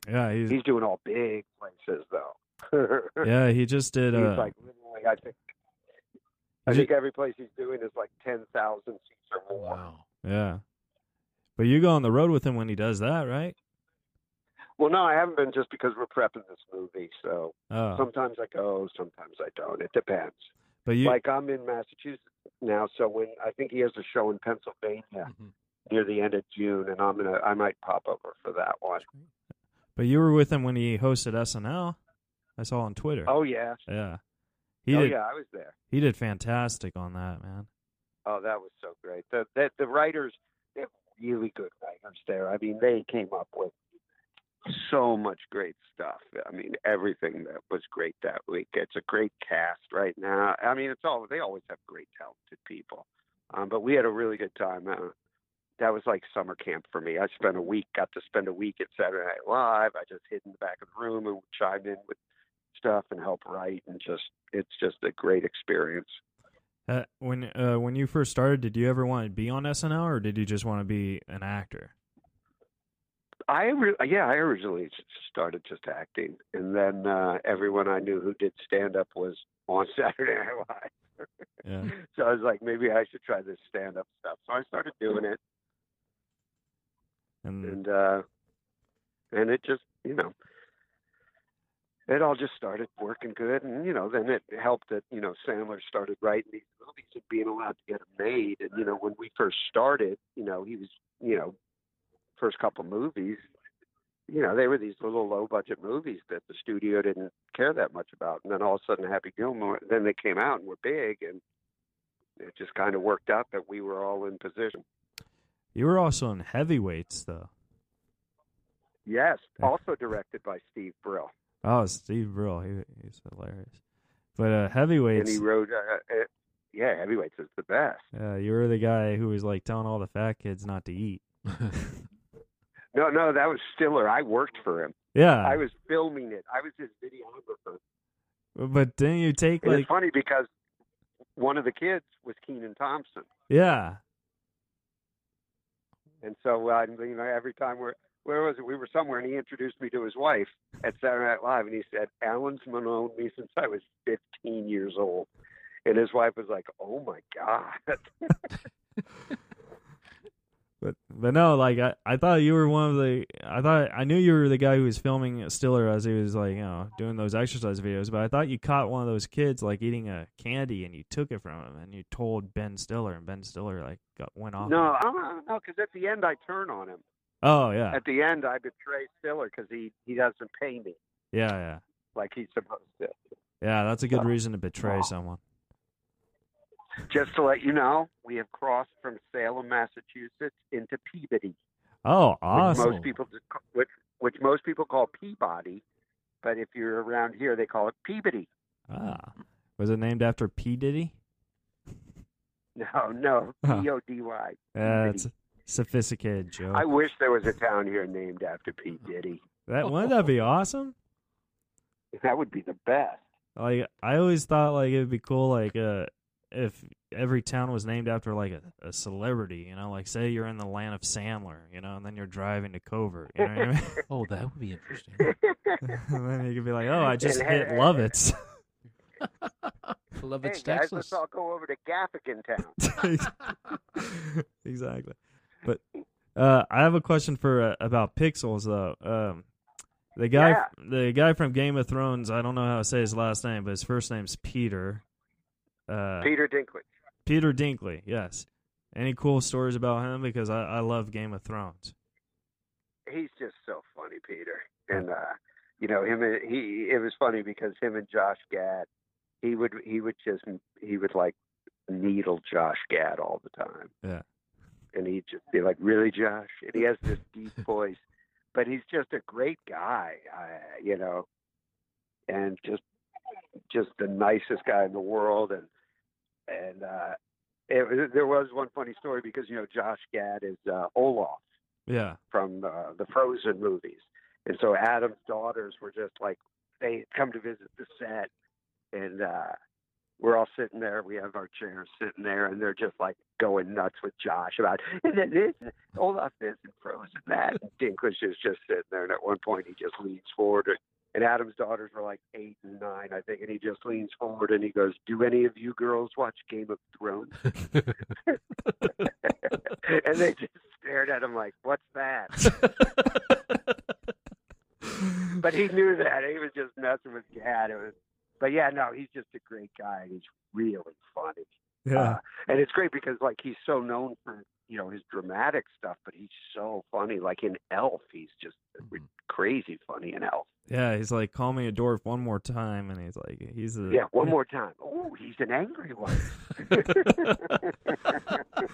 S3: yeah, he's,
S5: He's doing all big places though. <laughs>
S3: yeah." He just did.
S5: he's
S3: Uh,
S5: like literally, I think. I
S3: Ju-
S5: think every place he's doing is like ten thousand seats or more.
S6: Wow.
S3: yeah. But you go on the road with him when he does that, right?
S5: Well, no, I haven't been just because we're prepping this movie. So
S3: Oh,
S5: sometimes I go, sometimes I don't. It depends.
S3: but you
S5: Like I'm in Massachusetts now, so when I think he has a show in Pennsylvania,
S3: Mm-hmm.
S6: Mhm.
S5: near the end of June, and I'm gonna I might pop over for that one.
S3: But you were with him when he hosted SNL. I saw on Twitter.
S5: Oh yeah,
S3: yeah, he
S5: oh
S3: did.
S5: yeah, I was there.
S3: He did fantastic on that man.
S5: Oh, that was so great. The the, the writers, they're really good writers there. I mean, they came up with so much great stuff. I mean, everything that was great that week. It's a great cast right now. I mean, it's all they always have great talented people. Um, but we had a really good time. Uh, that was like summer camp for me. I spent a week, got to spend a week at Saturday Night Live. I just hid in the back of the room and chimed in with stuff and helped write, and just it's just a great experience.
S3: Uh, when uh, when you first started, did you ever want to be on SNL, or did you just want to be an actor?
S5: I re- yeah, I originally s- started just acting, and then uh, everyone I knew who did stand up was on <laughs> Saturday Night Live.
S3: Yeah.
S5: So I was like, maybe I should try this stand up stuff. So I started doing it,
S3: And Mm-hmm.
S5: and uh, and it just you know, it all just started working good, and you know, then it helped that you know Sandler started writing these movies and being allowed to get them made, and you know, when we first started, you know, he was you know, first couple movies you know, they were these little low budget movies that the studio didn't care that much about. And then all of a sudden, Happy Gilmore, then they came out and were big. And it just kind of worked out that we were all in position.
S3: you were also in Heavyweights, though.
S5: Yes. Also directed by Steve Brill.
S3: Oh, Steve Brill, he, he's hilarious. But uh,
S5: And
S3: Heavyweights,
S5: he wrote, uh, uh, yeah, Heavyweights is the best.
S3: uh, you were the guy who was like telling all the fat kids not to
S5: <laughs>
S3: eat.
S5: No, no, that was Stiller. I worked for him.
S3: Yeah,
S5: I was filming it, I was his videographer.
S3: but didn't you take
S5: And
S3: like
S5: it's funny because one of the kids was Keenan Thompson.
S3: yeah?
S5: And so, uh, you know, every time we're where was it? We were somewhere, and he introduced me to his wife at Saturday Night Live, and he said, "Alan's been known me since I was 15 years old." And his wife was like, "Oh my god!" <laughs>
S3: But but no, like I, I thought you were one of the I thought I knew you were the guy who was filming Stiller as he was like you know doing those exercise videos. But I thought you caught one of those kids like eating a candy and you took it from him and you told Ben Stiller and Ben Stiller like got, went off.
S5: no, I don't know, because at the end I turn on him.
S3: Oh yeah,
S5: At the end I betray Stiller because he he doesn't pay me
S3: yeah, yeah,
S5: like he's supposed to.
S3: yeah. That's a good reason to betray someone.
S5: Just to let you know, we have crossed from Salem, Massachusetts, into Peabody.
S3: Oh
S5: which
S3: awesome.
S5: most people just ca- which which most people call Peabody, but if you're around here, they call it Peabody. <laughs>
S3: Ah, was it named after P Diddy?
S5: No, no,
S3: Huh.
S5: P O D Y.
S3: Yeah, it's a sophisticated joke.
S5: I wish there was a town here named after P Diddy.
S3: that wouldn't that be awesome?
S5: That would be the best. <laughs>
S3: Like I always thought, like it'd be cool, like uh, if every town was named after like a, a celebrity, you know, like say you're in the land of Sandler, you know, and then you're driving to Covert, you know what I mean? <laughs>
S6: Oh, that would be
S5: <laughs>
S6: interesting.
S3: and then you could be like, oh, I just
S5: And
S3: hit
S5: ha-
S3: Lovitz.
S6: Love
S5: hey
S6: it's
S5: guys,
S6: Texas.
S5: let's all go over to Gaffigan
S3: <laughs>
S5: Town.
S3: exactly. But uh, I have a question for uh, about pixels though. Um, the guy,
S5: Yeah.
S3: the guy from Game of Thrones. I don't know how to say his last name, but his first name's Peter. Uh,
S5: Peter Dinklage.
S3: Peter Dinkley. Yes. Any cool stories about him? Because I, I love Game of Thrones.
S5: he's just so funny, Peter. And uh, you know him. and- He it was funny because him and Josh Gad, he would he would just he would like needle Josh Gad all the time.
S3: Yeah.
S5: And he'd just be like, "Really, Josh?" And he has this deep voice, but he's just a great guy, uh, you know, and just just the nicest guy in the world. And and uh, it, there was one funny story because you know Josh Gad is uh, Olaf
S3: Yeah.
S5: from uh, the Frozen movies. And so Adam's daughters were just like, they had come to visit the set, and uh, we're all sitting there. We have our chairs sitting there, and they're just like going nuts with Josh about, and then this, and Olaf this, and Frozen that. And Dinklage is just sitting there, and at one point he just leans forward. And, and Adam's daughters were like eight and nine, I think, and he just leans forward and he goes, "Do any of you girls watch Game of Thrones?" <laughs> and they just stared at him like, "What's that?" but he knew that he was just messing with Gad. It was, but yeah, no, he's just a great guy. and He's really funny,
S3: Yeah.
S5: Uh, and it's great because like he's so known for you know his dramatic stuff, but he's so funny. Like in Elf, he's just
S6: Mhm.
S5: crazy funny in Elf.
S3: yeah. He's like, call me a dwarf one more time, and he's like, he's a
S5: Yeah, one more time. Oh, he's an angry one. <laughs>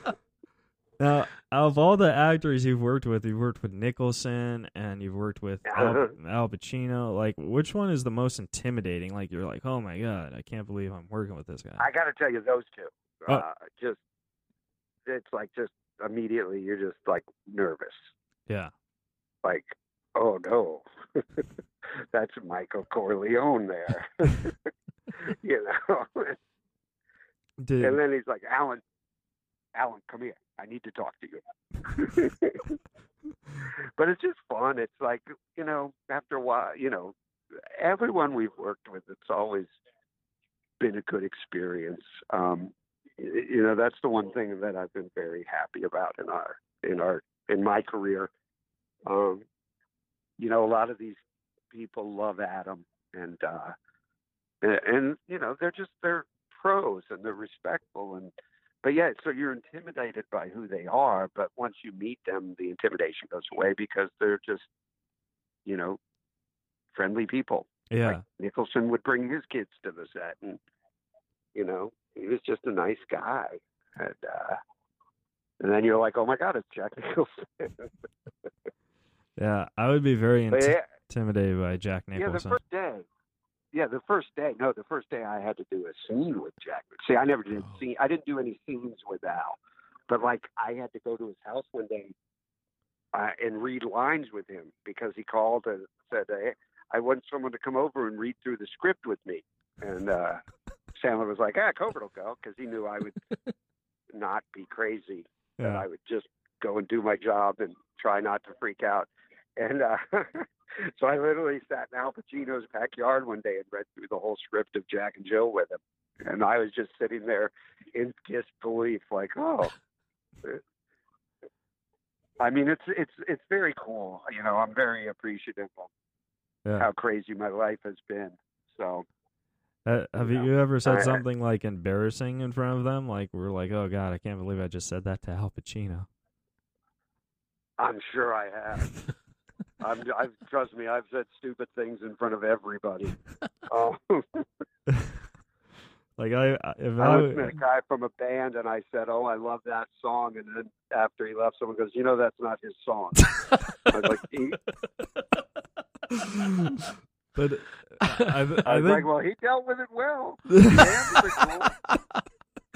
S3: Now, out of all the actors you've worked with, you've worked with Nicholson and you've worked with Al,
S5: Uh-huh. <laughs>
S3: Al Pacino. Like, which one is the most intimidating? Like, you're like, oh my god, I can't believe I'm working with this guy.
S5: I got to tell you, those two.
S3: Oh.
S5: Uh, just it's like just immediately you're just like nervous.
S3: yeah,
S5: like, oh no, <laughs> that's Michael
S3: <laughs>
S5: Corleone there. <laughs> you know, <laughs>
S3: did
S5: and then he's like, Alan, Alan, come here. I need to talk to you. but it's just fun. It's like, you know, after a while, you know, everyone we've worked with, it's always been a good experience. Um, y- you know, that's the one thing that I've been very happy about in our, in our, in my career. Um, you know, a lot of these people love Adam and, uh, and, and you know, they're just, they're, pros and they're respectful and but yeah so you're intimidated by who they are but once you meet them the intimidation goes away because they're just you know friendly people
S3: yeah,
S5: like nicholson would bring his kids to the set and you know he was just a nice guy and uh and then you're like oh my god it's jack nicholson <laughs>
S3: yeah. I would be very
S5: but yeah,
S3: intimidated by Jack
S5: Yeah, the
S3: Nicholson.
S5: first day. Yeah, the first day. No, the first day I had to do a scene with Jack. See, I never did
S6: Oh.
S5: scene. I didn't do any scenes with Al, but like I had to go to his house one day uh, and read lines with him because he called and said, hey, "I want someone to come over and read through the script with me." And uh, Sandler was like, "Ah, Covert will go," because he knew
S3: <laughs>
S5: I would not be crazy and
S3: yeah,
S5: I would just go and do my job and try not to freak out. And uh, <laughs> so I literally sat in Al Pacino's backyard one day and read through the whole script of Jack and Jill with him. And I was just sitting there in disbelief, like, oh. I mean, it's it's it's very cool. You know, I'm very appreciative of
S3: yeah.
S5: how crazy my life has been. So
S3: Uh, have
S5: you know,
S3: you ever said
S5: I- I-
S3: something like embarrassing in front of them? Like, we're like, oh god, I can't believe I just said that to Al Pacino.
S5: I'm sure I have.
S3: <laughs>
S5: I'm, I've trust me, I've said stupid things in front of everybody.
S3: <laughs>
S5: Um,
S3: Like, I I- if I,
S5: I was
S3: w-
S5: met a guy from a band, and I said, "Oh, I love that song." And then after he left, someone goes, "You know, that's not his
S3: <laughs>
S5: song." I was like, he,
S3: <laughs> but I,
S5: I
S3: I
S5: was like,
S3: think
S5: "Well, he dealt with it
S3: <laughs>
S5: well." The bands were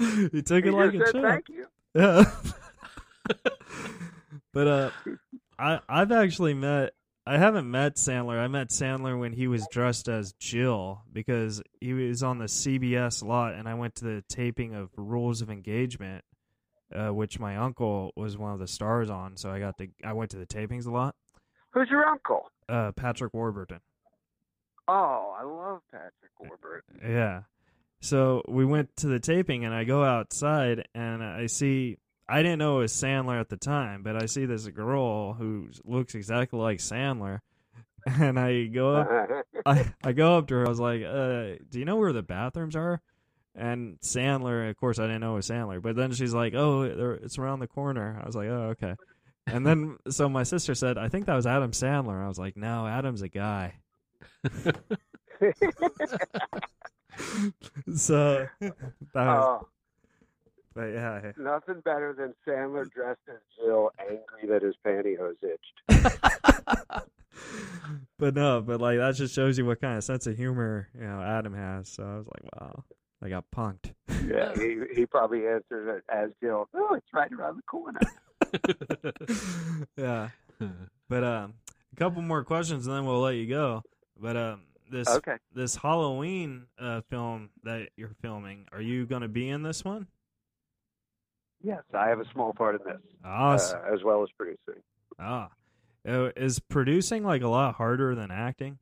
S5: cool.
S3: you took
S5: He
S3: it like
S5: just
S3: a
S5: said,
S3: champ.
S5: "Thank you."
S3: <laughs> Yeah. but uh, I I've actually met I haven't met Sandler. I met Sandler when he was dressed as Jill because he was on the CBS lot, and I went to the taping of Rules of Engagement, uh, which my uncle was one of the stars on. So I got the I went to the tapings a lot.
S5: Who's your uncle?
S3: Uh, Patrick Warburton.
S5: Oh, I love Patrick Warburton.
S3: Yeah. So we went to the taping, and I go outside, and I see. I didn't know it was Sandler at the time, but I see this girl who looks exactly like Sandler, <laughs> and I go up
S5: <laughs>
S3: I, I go up to her. I was like, uh, "Do you know where the bathrooms are?" And Sandler, of course, I didn't know it was Sandler. But then she's like, "Oh, they're- it's around the corner." I was like, "Oh, okay." And then so my sister said, "I think that was Adam Sandler." I was like, "No, Adam's a guy." <laughs> so that was,
S5: oh,
S3: but yeah,
S5: nothing better than Sandler dressed as Jill, angry that his pantyhose itched.
S3: but no, but like that just shows you what kind of sense of humor you know Adam has. So I was like, "Wow, I got punked."
S5: Yeah, he, he probably answered it as Jill. Oh, it's right around
S3: <laughs>
S5: the corner.
S3: yeah. But um, a couple more questions and then we'll let you go. But um, this
S5: Okay.
S3: this Halloween uh, film that you're filming, are you going to be in this one?
S5: Yes, I have a small part in this,
S3: Awesome.
S5: uh, as well as producing. <laughs>
S3: ah. Uh, Is producing like a lot harder than acting?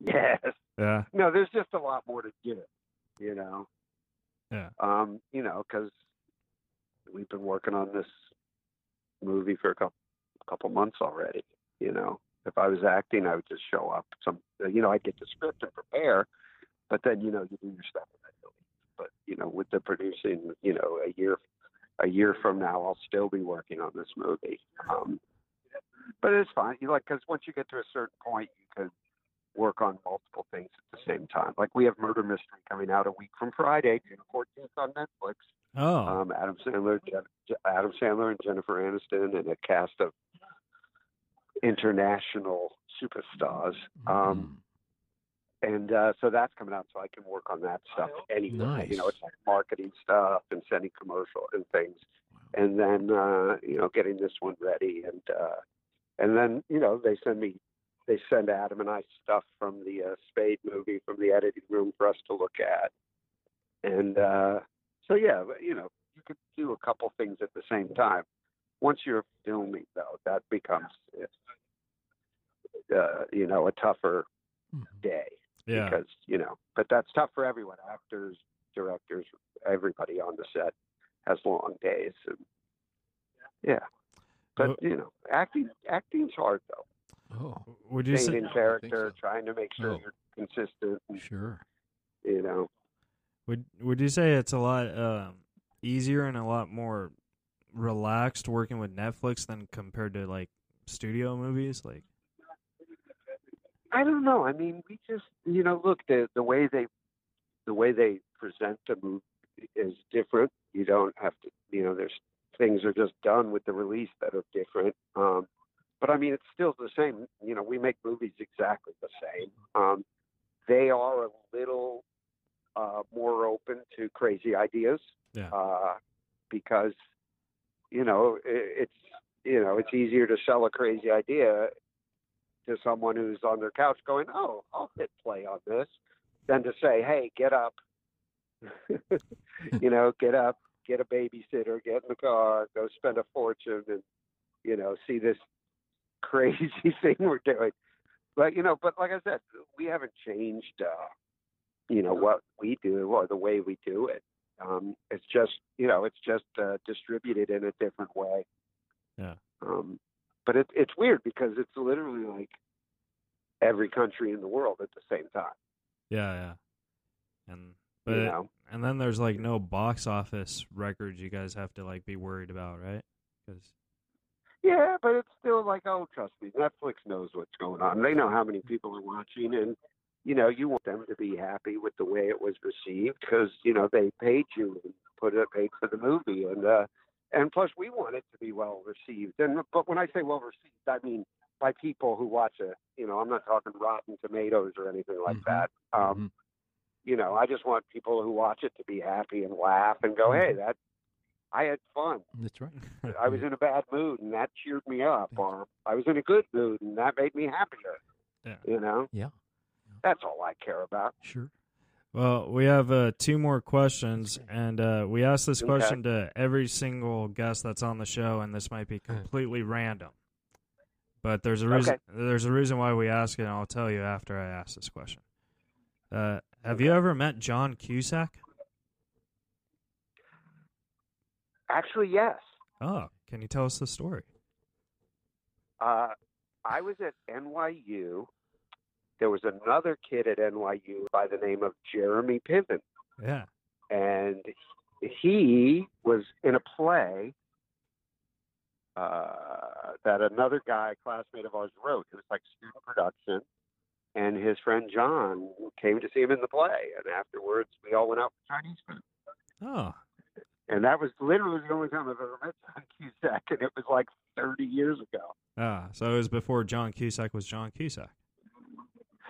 S5: Yes.
S3: Yeah.
S5: No, there's just a lot more to do, you know.
S3: Yeah.
S5: Um, you know, because we've been working on this movie for a couple couple months already. You know, if I was acting, I would just show up. Some, you know, I'd get the script and prepare, but then you know you do your stuff. and then you leave. But you know, with the producing, you know, a year a year from now, I'll still be working on this movie. Um, but it's fine. You like because once you get to a certain point, you can work on multiple things at the same time. Like we have Murder Mystery coming out a week from Friday, June fourteenth on Netflix.
S3: Oh.
S5: Um, Adam Sandler, Jen- J- Adam Sandler, and Jennifer Aniston, and a cast of international superstars.
S6: Hmm. Mm-hmm.
S5: Um, and uh, so that's coming out, so I can work on that stuff anyway. You know,
S6: Nice.
S5: it's like marketing stuff and sending commercial and things, and then uh, you know, getting this one ready, and uh, and then you know, they send me, they send Adam and I stuff from the uh, Spade movie from the editing room for us to look at, and uh, so yeah, but, you know, you could do a couple things at the same time. Once you're filming, though, that becomes, uh, you know, a tougher
S6: Mhm.
S5: day
S3: yeah.
S5: because you know but that's tough for everyone actors directors everybody on the set has long days and yeah but
S3: Uh,
S5: you know acting acting's hard though
S6: Oh,
S3: Would you
S5: staying
S3: say
S5: in
S6: I think
S5: character
S6: so.
S5: trying to make sure
S6: Oh.
S5: you're consistent and,
S6: sure.
S5: you know
S3: would would you say it's a lot um, easier and a lot more relaxed working with Netflix than compared to like studio movies? Like
S5: I don't know. I mean, we just you know, look the the way they the way they present the movie is different. You don't have to, you know, there's things are just done with the release that are different. Um, but I mean, it's still the same. You know, we make movies exactly the same. Um, they are a little uh, more open to crazy ideas
S3: Yeah.
S5: uh, because you know it, it's you know it's easier to sell a crazy idea to someone who's on their couch going, "Oh, I'll hit play on this," than to say, "Hey, get up," <laughs> you know, get up, get a babysitter, get in the car, go spend a fortune, and you know, see this <laughs> crazy thing we're doing. But you know, but like I said, we haven't changed, uh, you know, what we do or the way we do it. Um, it's just, you know, it's just uh, distributed in a different way.
S3: Yeah.
S5: Um, but it, it's weird because it's literally like every country in the world at the same time.
S3: yeah, yeah. And but
S5: you know,
S3: And then there's like no box office records you guys have to like be worried about, right? 'Cause-
S5: yeah, but it's still like, oh, trust me, Netflix knows what's going on. They know how many people are watching, and you know, you want them to be happy with the way it was received because you know they paid you, and put it paid for the movie, and uh, and plus we want it to be well received. And but when I say well received, I mean by people who watch it. You know, I'm not talking Rotten Tomatoes or anything like
S6: Mhm.
S5: that. Um, you know, I just want people who watch it to be happy and laugh and go, hey, that I had fun.
S6: That's right.
S5: I was in a bad mood, and that cheered me up, or I was in a good mood, and that made me happier.
S3: Yeah.
S5: You know,
S6: Yeah.
S5: that's all I care about.
S6: Sure.
S3: Well, we have uh, two more questions, and uh, we asked this
S5: Okay.
S3: question to every single guest that's on the show, and this might be
S5: Hmm.
S3: completely random, but there's a reason. There's a reason why we ask it, and I'll tell you after I ask this question. Uh, have you ever met John Cusack?
S5: Actually, yes.
S3: Oh, can you tell us the story?
S5: Uh, I was at NYU. There was another kid at NYU by the name of Jeremy Piven,
S3: Yeah.
S5: and he was in a play uh, that another guy, classmate of ours, wrote. It was like student production, and his friend John came to see him in the play, and afterwards we all went out for Chinese food.
S3: Oh,
S5: And that was literally the only time I've ever met John <laughs> Cusack, and it was like 30 years ago.
S3: ah, so it was before John Cusack was John Cusack.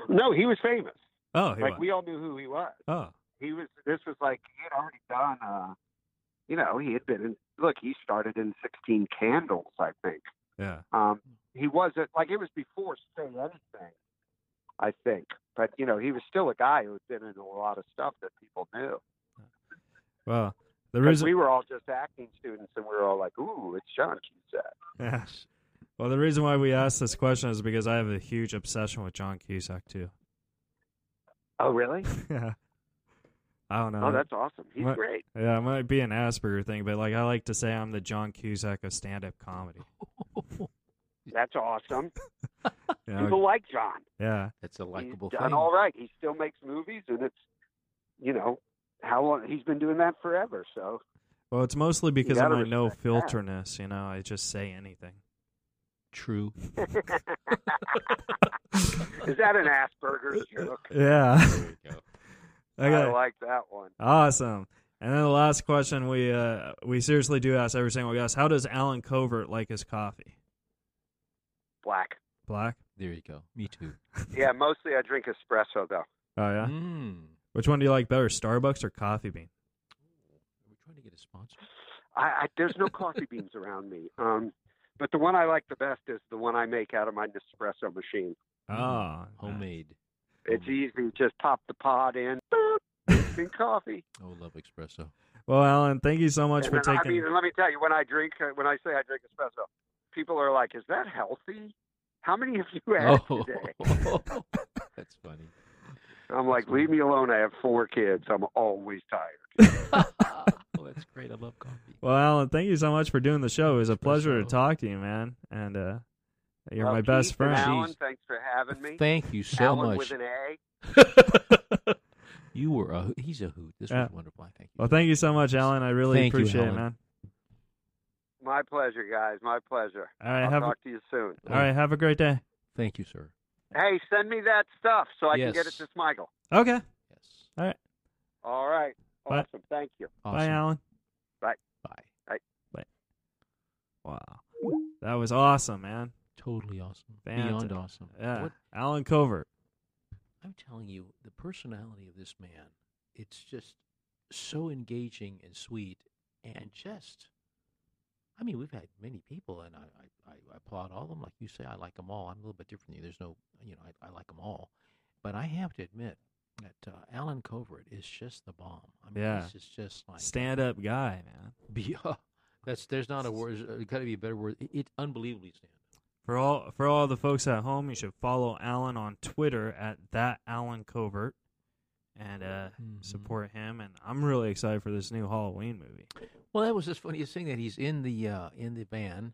S5: No, he was famous.
S3: Oh, he
S5: like
S3: was.
S5: we all knew who he was.
S3: oh,
S5: He was. This was like he had already done. Uh, you know, he had been in. Look, he started in 16 Candles, I think.
S3: yeah.
S5: Um, he wasn't like it was before Say Anything, I think. But you know, he was still a guy who had been in a lot of stuff that people knew.
S3: Well, the
S5: 'Cause
S3: reason
S5: we were all just acting students, and we were all like, "Ooh, it's John Cusack."
S3: Yeah. <laughs> Well, the reason why we asked this question is because I have a huge obsession with John Cusack too.
S5: Oh, really?
S3: yeah. <laughs> I don't know.
S5: oh, that's awesome. He's
S3: what-
S5: great.
S3: yeah, it might be an Asperger thing, but like I like to say I'm the John Cusack of stand up comedy.
S5: That's awesome.
S3: You know?
S5: People like John.
S3: yeah.
S6: That's a likable
S5: he's
S6: thing.
S5: done all right. He still makes movies, and it's you know how long he's been doing that forever. So
S3: Well, it's mostly because of
S5: gotta
S3: my no
S5: respect that.
S3: filterness, you know, I just say anything.
S5: <laughs>
S6: True.
S5: is that an Asperger's joke?
S3: <laughs> Yeah. I got
S5: I like that one.
S3: awesome. And then the last question we uh we seriously do ask every single guest, how does Alan Covert like his coffee?
S5: Black.
S3: Black?
S6: There you go. Me too.
S5: Yeah, mostly I drink espresso though.
S3: Oh yeah.
S6: Mm.
S3: Which one do you like better, Starbucks or Coffee Bean?
S6: Are we trying to get a sponsor?
S5: I, I there's no coffee beans around me. Um, but the one I like the best is the one I make out of my Nespresso machine.
S3: Oh,
S6: Mm-hmm. Homemade.
S5: It's
S6: Homemade.
S3: Mm.
S5: easy. Just pop the pod in. boop, Instant coffee.
S6: Oh, love espresso.
S3: Well, Alan, thank you so much
S5: And
S3: for
S5: then,
S3: taking.
S5: I mean, and let me tell you, when I drink, uh, when I say I drink espresso, people are like, "Is that healthy? How many have you had
S6: Oh,
S5: today?"
S6: <laughs> that's funny.
S5: I'm like, "Leave me alone. I have four kids. I'm always tired."
S6: oh, that's great. I love coffee.
S3: well, Alan, thank you so much for doing the show. It was a pleasure to
S6: Espresso.
S3: talk to you, man, and uh, you're
S5: Well,
S3: my best
S5: Keith and
S3: friend.
S5: Alan,
S6: Jeez.
S5: thanks for having me.
S6: Thank you so
S5: Alan
S6: much.
S5: with an A.
S6: <laughs> you were a hoot. he's a hoot. This
S3: Yeah.
S6: was wonderful. I Thank you.
S3: Well, thank you so much, Alan. I really
S6: Thank you,
S3: appreciate it,
S6: Alan.
S3: man.
S5: My pleasure, guys. My pleasure.
S3: All right,
S5: I'll
S3: have a-
S5: talk to you soon.
S3: All right, have a great day.
S6: Thank you, sir.
S5: Hey, send me that stuff so I can get
S6: Yes.
S5: it to Michael.
S3: Okay,
S6: Yes.
S3: all right,
S5: All right.
S3: Bye.
S5: Awesome. Thank you.
S3: bye,
S6: Awesome.
S3: Alan.
S6: Bye.
S3: Wow, that was awesome, man.
S6: Totally awesome.
S3: Fantastic.
S6: Beyond awesome.
S3: Yeah,
S6: What
S3: Alan Covert.
S6: I'm telling you, the personality of this man, it's just so engaging and sweet and just I mean, we've had many people, and I, I, I applaud all of them. Like you say, I like them all. I'm a little bit different than you. There's no, you know, I, I like them all. But I have to admit that uh, Alan Covert is just the bomb. I mean,
S3: Yeah.
S6: this is just like <laughs>
S3: Stand up guy, man.
S6: Be, that's there's not a word. There's got to be a better word. It, it unbelievably stand.
S3: For all for all the folks at home, you should follow Alan on Twitter at that Alan Covert and uh,
S6: Mhm.
S3: support him. And I'm really excited for this new Halloween movie.
S6: Well, that was just funniest thing that he's in the uh, in the van,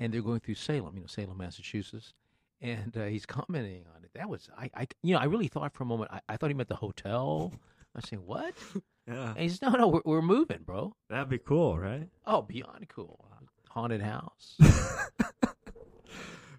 S6: and they're going through Salem, you know, Salem, Massachusetts, and uh, he's commenting on it. That was I, I, you know, I really thought for a moment. I, I thought he meant the hotel. I was saying
S3: <laughs>
S6: what?
S3: Yeah,
S6: And he says, no, no, we're, we're moving, bro.
S3: that'd be cool, right?
S6: Oh, beyond cool,
S3: <laughs>
S6: haunted house.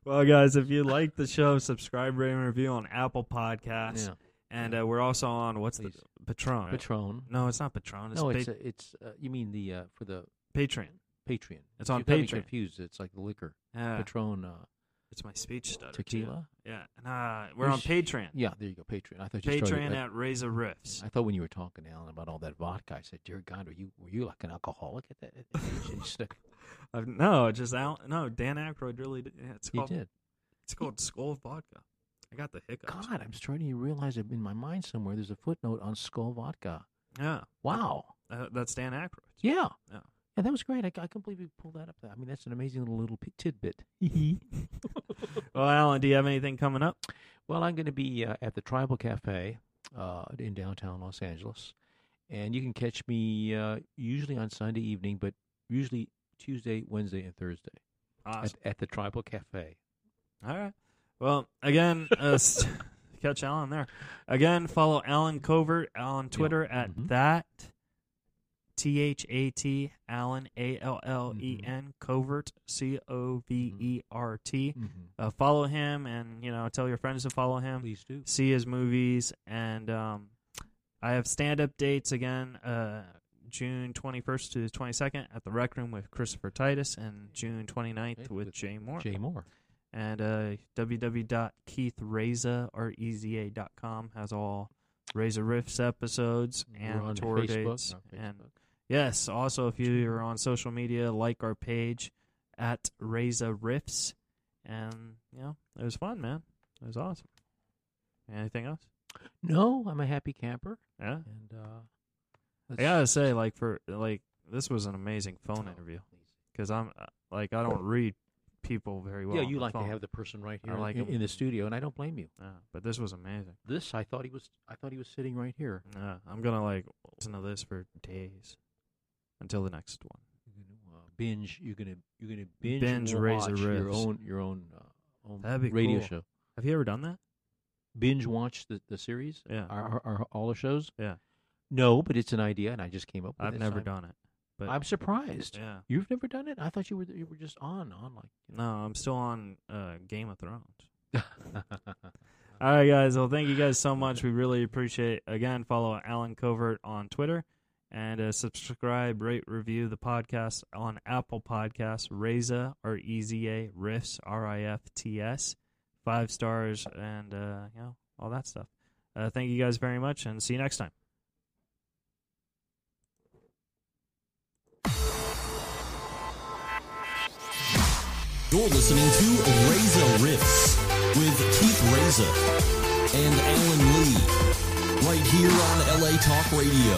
S3: Well, guys, if you like the show, subscribe, rate, and review on Apple Podcasts.
S6: yeah,
S3: And uh, we're also on what's
S6: Please.
S3: the Patron?
S6: Patron.
S3: No, it's not Patron. It's,
S6: No,
S3: pa-
S6: it's a, it's uh, you mean the uh, for the
S3: Patreon.
S6: Patreon.
S3: It's on
S6: You've got me
S3: Patreon.
S6: Confused. It's like the liquor.
S3: Yeah.
S6: Patron. Uh,
S3: It's my speech stutter. too.
S6: Tequila?
S3: Yeah. Nah, we're
S6: You
S3: on
S6: sh-
S3: Patreon.
S6: Yeah, there you go, Patreon. I thought you started-
S3: Patreon
S6: I-
S3: at Razor Riffs.
S6: I thought when you were talking, Alan, about all that vodka, I said, "Dear God, were you were you like an alcoholic at that age?" And you <laughs> said,
S3: I've, no, just Al. No, Dan Aykroyd really. Did, yeah, it's
S6: "You
S3: called.
S6: did."
S3: It's called Skull Vodka. I got the hiccups.
S6: God, I'm starting to realize it in my mind somewhere. There's a footnote on Skull Vodka.
S3: Yeah.
S6: Wow.
S3: Uh, that's Dan Aykroyd.
S6: Yeah.
S3: Yeah.
S6: Yeah, that was great. I, I can't believe you pulled that up. I mean, that's an amazing little, little p- tidbit. Mm-hmm.
S3: Well, Alan, do you have anything coming up?
S6: <laughs> Well, I'm going to be uh, at the Tribal Cafe uh, in downtown Los Angeles, and you can catch me uh, usually on Sunday evening, but usually Tuesday, Wednesday, and Thursday
S3: Awesome.
S6: at, at the Tribal <laughs> Cafe.
S3: All right. Well, again, uh, s- <laughs> catch Alan there. Again, follow Alan Covert on Twitter at
S6: Mhm.
S3: that T H A T Alan A L L E
S6: Mm-hmm.
S3: N Covert C O V E R T.
S6: Mm-hmm.
S3: Uh, follow him, and you know, tell your friends to follow him.
S6: Please do.
S3: see his movies and um, i have stand-up dates again uh, june 21st to 22nd at the rec room with christopher titus and june 29th
S6: Okay,
S3: with,
S6: with
S3: jay moore
S6: Jay Moore.
S3: and uh, E www.keithreza.com has all razor riffs episodes and
S6: We're
S3: the
S6: on
S3: tour
S6: Facebook,
S3: dates
S6: on
S3: and
S6: Facebook.
S3: yes also if you are on social media like our page at razor riffs and you know it was fun man it was awesome anything else
S6: No, I'm a happy camper,
S3: Yeah.
S6: and uh,
S3: I gotta say, like for like this was an amazing
S6: oh.
S3: phone interview because I'm uh, like I don't read people very well.
S6: yeah,
S3: on
S6: you
S3: the
S6: like
S3: phone.
S6: to have the person right
S3: I
S6: here
S3: like
S6: in,
S3: him.
S6: in the studio, and I don't blame you.
S3: Yeah, but this was amazing.
S6: This, I thought he was, I thought he was sitting right here.
S3: Yeah, Uh, I'm gonna like listen to this for days until the next one.
S6: You're gonna, uh, binge. You're gonna, you're gonna binge,
S3: Binge
S6: watch
S3: Razor
S6: your
S3: Riffs.
S6: own, your own, uh, own
S3: That'd be
S6: radio
S3: cool.
S6: show.
S3: Have you ever done that?
S6: Binge watch the, the series.
S3: Yeah.
S6: Our, our, our all the shows.
S3: Yeah.
S6: No, but it's an idea, and I just came up. with
S3: I've
S6: this.
S3: never
S6: I'm-
S3: done it. But
S6: I'm surprised.
S3: yeah,
S6: You've never done it. I thought you were you were just on on like.
S3: no, I'm still on uh, Game of Thrones. <laughs>
S6: You know.
S3: All right, guys. Well, thank you guys so much. We really appreciate. Again, follow Alan Covert on Twitter and uh, subscribe, rate, review the podcast on Apple Podcasts. Reza or E Z A Riffs R I F T S, five stars, and uh, you know all that stuff. Uh, thank you guys very much, and see you next time.
S2: You're listening to Razor Riffs with Keith Razor and Alan Lee right here on LA Talk Radio.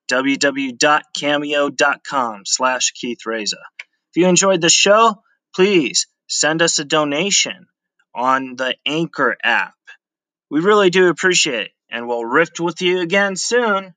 S7: www.cameo.com slash Keith Reza. If you enjoyed the show, please send us a donation on the Anchor app. We really do appreciate it, and we'll rift with you again soon.